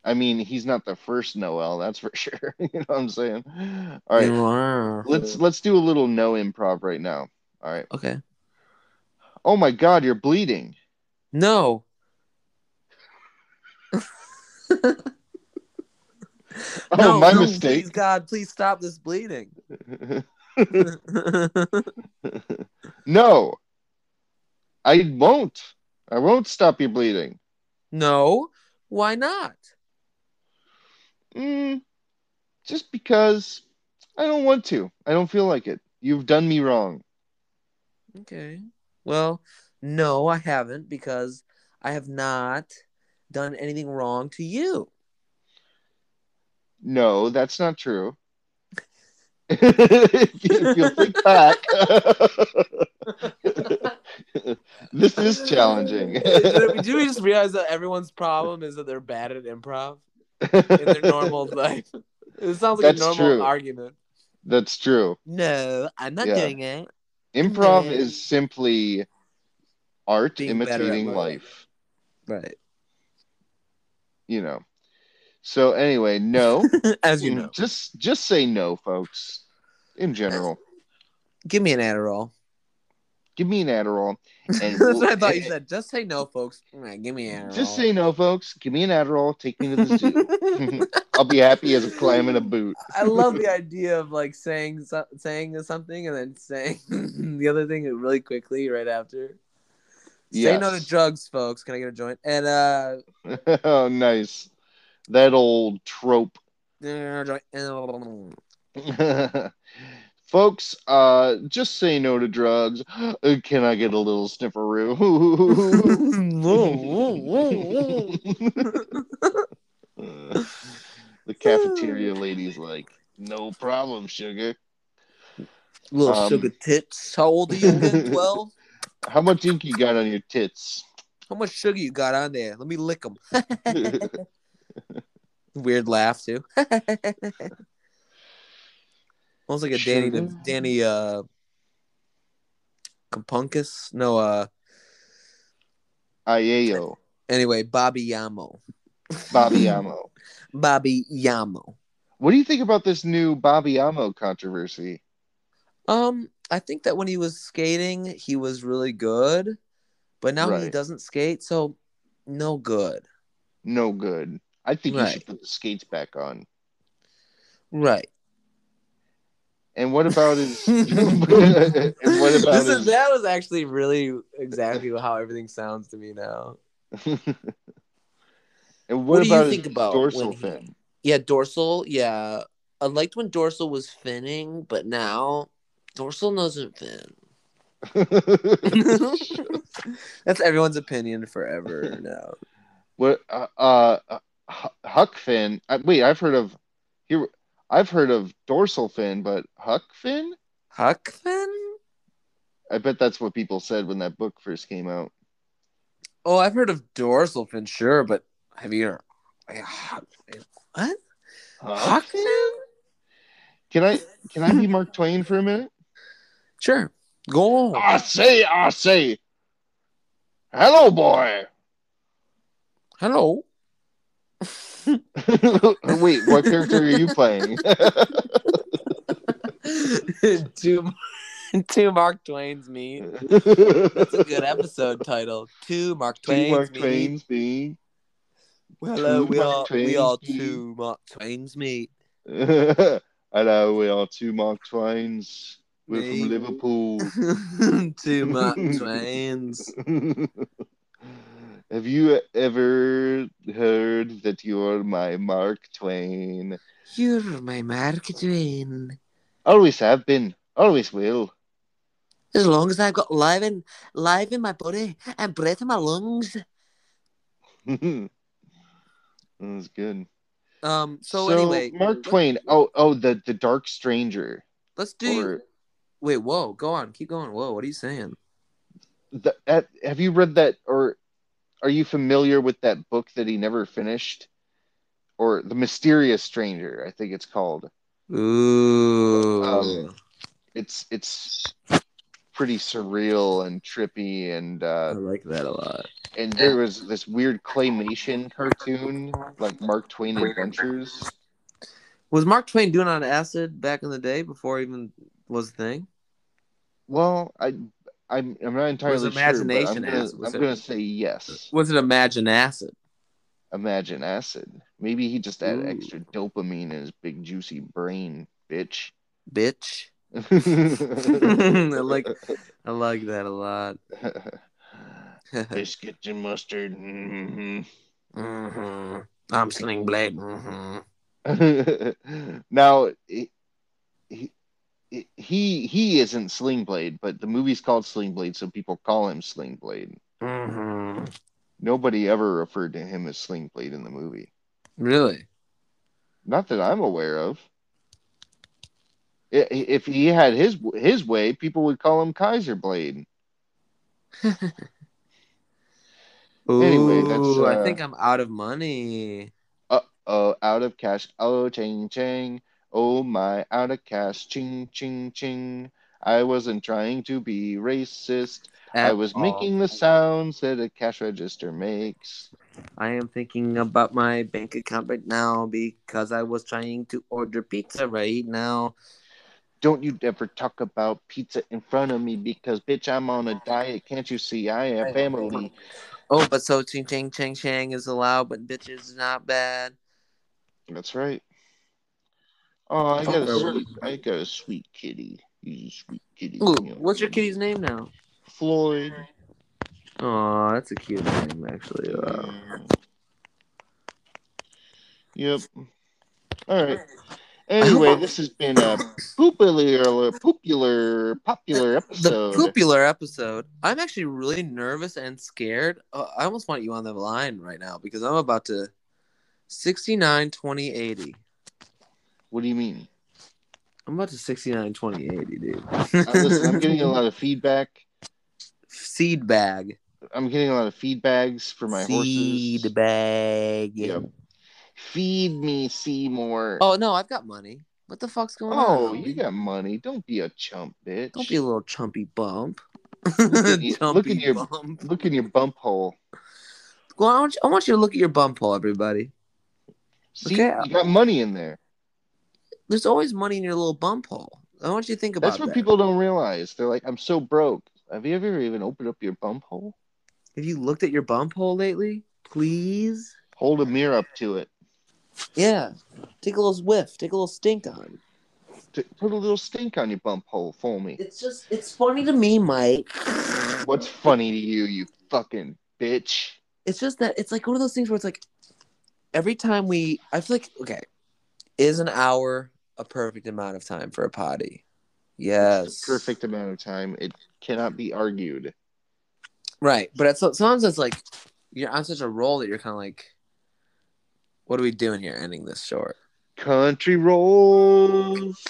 A: I mean, he's not the first Noel, that's for *laughs* sure. you know what I'm saying? All right,
B: Wow.
A: let's let's do a little no improv right now. All right.
B: Okay.
A: Oh my God, you're bleeding.
B: No.
A: Oh,
B: no,
A: my
B: no,
A: mistake. *laughs*
B: Please, God, please stop this bleeding. *laughs*
A: no, I won't. I won't stop you bleeding.
B: no. Why not?
A: Mm, just because I don't want to. I don't feel like it. You've done me wrong.
B: Okay. Well, no, I haven't because I have not done anything wrong to you.
A: No, that's not true. *laughs* if, you, if you think back, *laughs* this is
B: *laughs*
A: challenging.
B: Did we just realize that everyone's problem is that they're bad at improv in their normal life? It sounds like
A: That's
B: a normal
A: true.
B: argument.
A: *laughs* That's true.
B: No, I'm not
A: Yeah.
B: doing it.
A: Improv
B: Yeah.
A: is simply art
B: Being better at
A: imitating
B: life.
A: life,
B: Right.
A: you know. So anyway, no.
B: *laughs* *laughs* As
A: Hmm.
B: you know.
A: Just just say no, folks. In general.
B: Give me an Adderall. *laughs*
A: Give me an Adderall. And
B: That's what I thought you said. Just say no, folks. Nah, give me an Adderall.
A: Just say no, folks. Give me an Adderall. Take me to the
B: *laughs*
A: zoo. *laughs* I'll be happy as a clam in a boot.
B: I love the idea of like saying so- saying something and then saying *laughs* the other thing really quickly right after. Say no
A: Yes. *laughs*
B: to drugs, folks. Can I get a joint? And uh,
A: oh, nice. That old trope. *laughs*
B: uh, joint. *laughs* and-
A: Folks, uh, just say no to drugs. *gasps* Uh, Can I get a little *laughs* snifferoo? Uh, the cafeteria lady's like, no problem, sugar.
B: Little
A: Um,
B: sugar tits. How old are
A: *laughs*
B: you again? Twelve.
A: How much ink you got on your tits? *laughs*
B: How much sugar you got on there? Let me lick them. Weird laugh too. *laughs* Almost like a Danny
A: Sugar.
B: Danny uh Compunkus. No, uh
A: Ayo,
B: anyway, Bobby Yamo.
A: Bobby Amo.
B: Bobby Yamo.
A: What do you think about this new Bobby Amo controversy?
B: Um, I think that when he was skating, he was really good, but now he
A: Right.
B: doesn't skate, so no good.
A: No good. I think you should
B: Right.
A: put the skates back on.
B: Right.
A: And what about
B: *laughs*
A: his? *laughs* and what about
B: this is,
A: his?
B: that was actually really exactly how everything sounds to me now.
A: and what,
B: What do you
A: about
B: think
A: his
B: about
A: dorsal
B: when he-
A: fin?
B: Yeah, dorsal. Yeah, I liked when dorsal was finning, but now dorsal doesn't fin. *laughs* That's everyone's opinion forever *laughs* now.
A: *laughs* What uh, uh H- Huck Finn? I, wait, I've heard of here. I've heard of dorsal fin, but Huck Finn?
B: Huck fin?
A: I bet that's what people said when that book first came out.
B: Oh, I've heard of dorsal fin, sure, but have you heard? Huck fin? What? Huck fin?
A: Can I can I be Mark Twain for a minute?
B: Sure. Go on.
A: I say, I say, hello, boy. *laughs*
B: Hello.
A: wait, what character are you *laughs* playing?
B: *laughs* two, *laughs* two Mark Twain's meet.
A: *laughs*
B: That's a good episode title. Two Mark Twain's
A: Two Mark
B: meet.
A: Twain's being. Two
B: Hello, we
A: Mark
B: are we
A: Twains
B: are
A: meet.
B: two Mark Twain's *laughs* meet.
A: *laughs* hello, we are two Mark Twains. We're
B: Me.
A: from Liverpool.
B: two Mark Twains.
A: *laughs* Have you ever heard that you're my Mark Twain?
B: You're my Mark Twain.
A: Always have been, always will. *laughs*
B: As long as I've got live in live in my body and breath in my lungs.
A: that was good.
B: Um. So, anyway,
A: Mark Twain. Oh, oh, the the Dark Stranger,
B: let's do.
A: or
B: Wait. Whoa. Go on. Keep going. Whoa. What are you saying?
A: the, at, have you read that, or are you familiar with that book that he never finished, or the Mysterious Stranger? I think it's called.
B: Ooh.
A: Um, It's it's pretty surreal and trippy and
B: I
A: uh
B: like that a lot.
A: and there was this weird claymation cartoon like Mark Twain Adventures.
B: Was Mark Twain doing on acid back in the day before it even was a thing?
A: Well, I I'm, I'm not entirely sure. But I'm
B: imagination
A: gonna,
B: acid? Was
A: I'm
B: it-
A: gonna say yes.
B: Was it Imagine Acid?
A: Imagine acid. Maybe he just added
B: Ooh.
A: extra dopamine in his big juicy brain, bitch.
B: Bitch. *laughs* I
A: *laughs*
B: like I like that a lot. *laughs*
A: biscuits and mustard. mhm. Mm-hmm.
B: hmm I'm sling blade. hmm
A: *laughs* now he, he he he isn't Slingblade, but the movie's called Slingblade, so people call him Slingblade. Mm-hmm.
B: hmm
A: Nobody ever referred to him as Slingblade in the movie.
B: Really?
A: Not that I'm aware of. I- If he had his his way, people would call him Kaiser Blade.
B: Ooh,
A: Anyway, that's,
B: I
A: uh,
B: think I'm out of money.
A: Uh oh, out of cash. Oh, ching ching. Oh my, out of cash. Ching ching ching. I wasn't trying to be racist. I
B: At
A: was
B: all.
A: making the sounds that a cash register makes.
B: I am thinking about my bank account right now because I was trying to order pizza right now.
A: Don't you ever talk about pizza in front of me because, bitch, I'm on a diet. Can't you see I am family?
B: Oh, but so ching ching ching chang is allowed, but bitch is not bad.
A: That's right. Oh, I got a sweet, I got a sweet kitty. He's a sweet kitty.
B: Ooh, what's your kitty's name now?
A: Floyd.
B: Oh, that's a cute name actually. Uh,
A: Yep. All right. Anyway, this has been a popular, popular, popular
B: the
A: episode.
B: popular episode. I'm actually really nervous and scared. Uh, I almost want you on the line right now because I'm about to 69 20 80.
A: what do you mean?
B: I'm about to 69 20 80, dude.
A: Uh, listen, I'm getting a lot of feedback.
B: *laughs* Seed bag.
A: I'm getting a lot of feedbacks for my
B: Seed
A: horses.
B: bag.
A: Yep. Feed me, Seymour.
B: Oh, no, I've got money. What the fuck's going on?
A: Oh, you got money. Don't be a chump, bitch.
B: Don't be a little chumpy bump. *laughs*
A: at you- look at
B: Chumpy
A: your-
B: bump.
A: Look in your bump hole.
B: Well, I want, you, I want you to look at your bump hole, everybody.
A: See,
B: Okay.
A: you got money in there.
B: There's always money in your little bump hole. I want you to think about
A: That's what
B: that.
A: people don't realize. They're like, I'm so broke. Have you ever even opened up your bump hole?
B: Have you looked at your bump hole lately? Please?
A: Hold a mirror up to it.
B: Yeah. Take a little whiff. Take a little stink on.
A: T- put a little stink on your bump hole for me.
B: It's just, it's funny to me, Mike.
A: What's funny to you, you fucking bitch?
B: It's just that it's like one of those things where it's like every time we, I feel like, okay, is an hour a perfect amount of time for a potty?
A: It's
B: Yes.
A: the perfect amount of time. It cannot be argued.
B: Right. But it's, sometimes it's like you're on such a roll that you're kind of like, what are we doing here ending this short?
A: Country rolls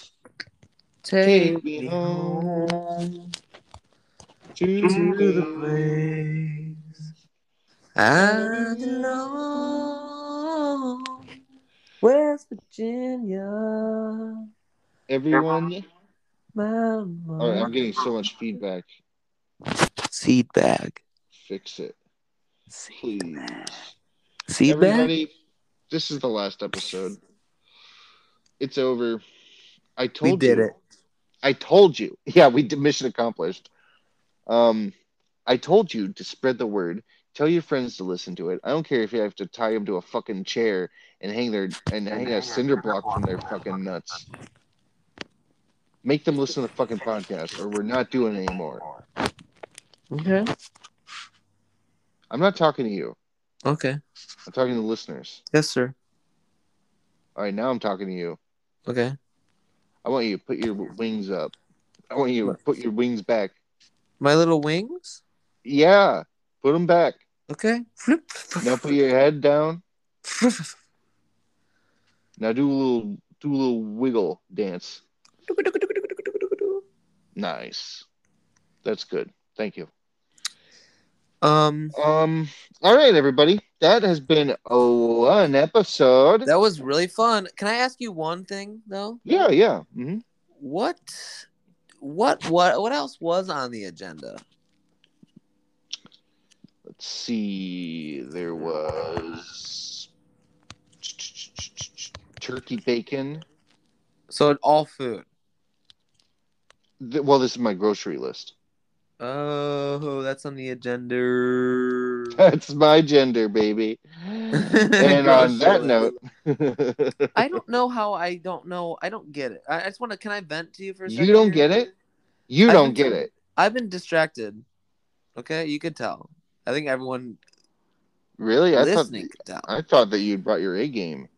B: Take,
A: me
B: me
A: home
B: home.
A: to
B: to the
A: the place.
B: place I belong. West Virginia,
A: Everyone,
B: my
A: all right, Oh, I'm
B: mama.
A: getting so much feedback.
B: Seed bag.
A: Fix it,
B: Seed
A: please.
B: seed bag?
A: Everybody, this is the last episode. It's over. I told
B: We did
A: you.
B: it.
A: I told you. *laughs* Yeah, we did mission accomplished. Um, I told you to spread the word. Tell your friends to listen to it. I don't care if you have to tie them to a fucking chair and hang their and hang a cinder block from their fucking nuts. Make them listen to the fucking podcast, or we're not doing it anymore.
B: Okay.
A: I'm not talking to you.
B: Okay.
A: I'm talking to the listeners.
B: Yes, sir.
A: All right, now I'm talking to you.
B: Okay.
A: I want you to put your wings up. I want you to put your wings back.
B: My little wings?
A: Yeah, put them back.
B: Okay.
A: Now put your head down. Now do a little do a little wiggle dance. Nice. That's good. Thank you.
B: Um,
A: Um all right everybody. That has been oh, one episode.
B: that was
A: Mm-hmm.
B: really fun. Can I ask you one thing, though?
A: Yeah, yeah. hmm
B: What what what what else was on the agenda?
A: Let's see. There was turkey bacon.
B: So all food.
A: Th- Well, this is my grocery list. *laughs*
B: Oh, that's on the agenda.
A: That's my gender, baby.
B: *laughs*
A: And on that note, *laughs*
B: I don't know how I don't know. I don't get it. I, I just want to. Can I vent to you for a second?
A: you don't
B: here?
A: get it. You
B: I've
A: don't
B: been
A: get
B: told-
A: it.
B: I've been distracted. Okay, you could tell. I think everyone
A: Really? I thought
B: listening could tell,
A: I thought that you'd brought your A game.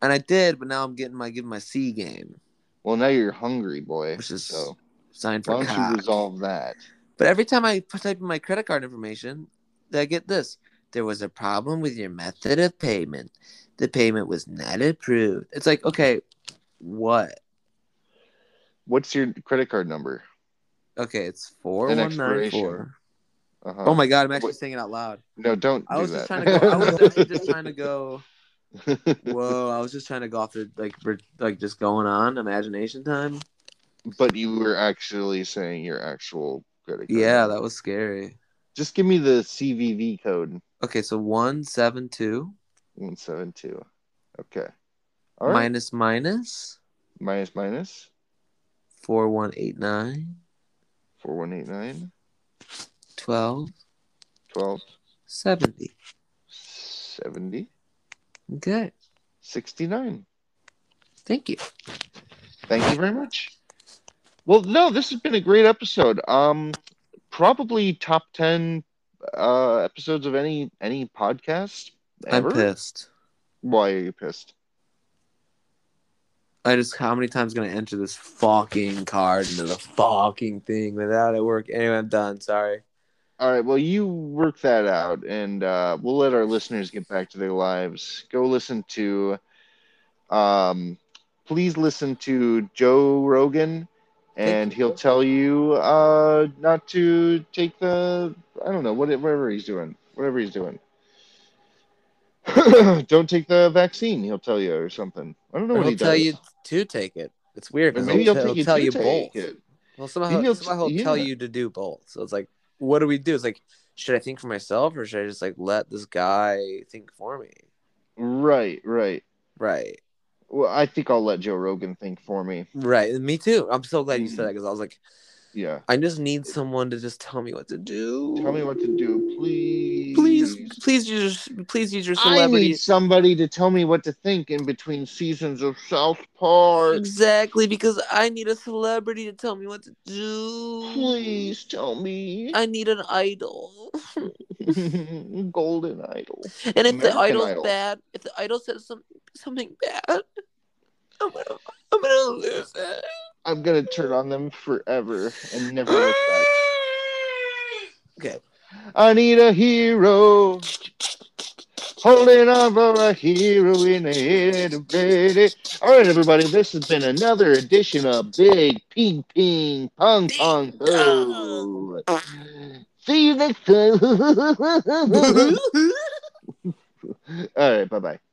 B: and I did, but now I'm getting my giving my C game,
A: Well, now you're hungry, boy.
B: which is
A: So
B: signed for
A: why don't
B: cock.
A: you resolve that?
B: But every time I p- type in my credit card information, I get this. There was a problem with your method of payment. The payment was not approved. It's like, okay, what?
A: What's your credit card number?
B: Okay, it's 4194.
A: Uh-huh.
B: Oh my God, I'm
A: Wait.
B: actually saying it out loud.
A: No, don't.
B: I
A: do
B: was
A: that.
B: just trying to go. I
A: *laughs*
B: was actually just trying to go. Whoa, I was just trying to go off the, like, re- like just going on imagination time.
A: but you were actually saying your actual credit card.
B: Yeah,
A: number.
B: that was scary.
A: Just give me the CVV code
B: Okay, so 172
A: one seven two. Okay. All right.
B: minus minus
A: minus minus
B: 4189
A: four one eight nine
B: 12
A: twelve
B: 70.
A: seventy
B: Okay.
A: sixty nine.
B: Thank you.
A: Thank you very much. Well, no, this has been a great episode. Um, probably top ten uh episodes of any any podcast ever.
B: I'm pissed.
A: Why are you pissed?
B: I just how many times gonna enter this fucking card into the fucking thing without it work? Anyway, I'm done. Sorry.
A: All right. Well, you work that out, and uh, we'll let our listeners get back to their lives. Go listen to, um, please listen to Joe Rogan, and
B: Thank you.
A: he'll tell you uh, not to take the I don't know what- whatever he's doing, whatever he's doing. *clears throat* don't take the vaccine. He'll tell you or something. I don't know
B: Or
A: what
B: he'll
A: he
B: tell
A: does.
B: you to take it. It's weird.
A: Or
B: 'cause
A: maybe
B: he'll,
A: he'll,
B: t-
A: take you
B: he'll tell
A: to
B: you
A: take
B: both.
A: it.
B: Well, somehow
A: Maybe
B: he'll,
A: he'll
B: somehow
A: t-
B: he'll tell
A: yeah.
B: you to do both. So it's like, what do we do? It's like, should I think for myself or should I just like let this guy think for me?
A: Right, right.
B: Right.
A: Well, I think I'll let Joe Rogan think for me.
B: Right. And me too. I'm so glad you said
A: Mhm.
B: that because I was like,
A: Yeah.
B: I just need someone to just tell me what to do.
A: Tell me what to do, please.
B: Please, please use please use your
A: I need
B: celebrity.
A: somebody to tell me what to think in between seasons of South Park.
B: Exactly, because I need a celebrity to tell me what to do.
A: Please tell me.
B: I need an idol.
A: *laughs* Golden Idol.
B: And if the
A: American
B: idol's
A: Idol.
B: bad, if the idol says some, something bad, I'm gonna, I'm gonna lose it.
A: I'm gonna turn on them forever and never look back. I need a hero. Holding on for a hero in a hidden baby. All right, everybody, this has been another edition of Big Ping Ping Pong Pong Ho. *laughs*
B: *laughs*
A: See you next time. All right, bye bye.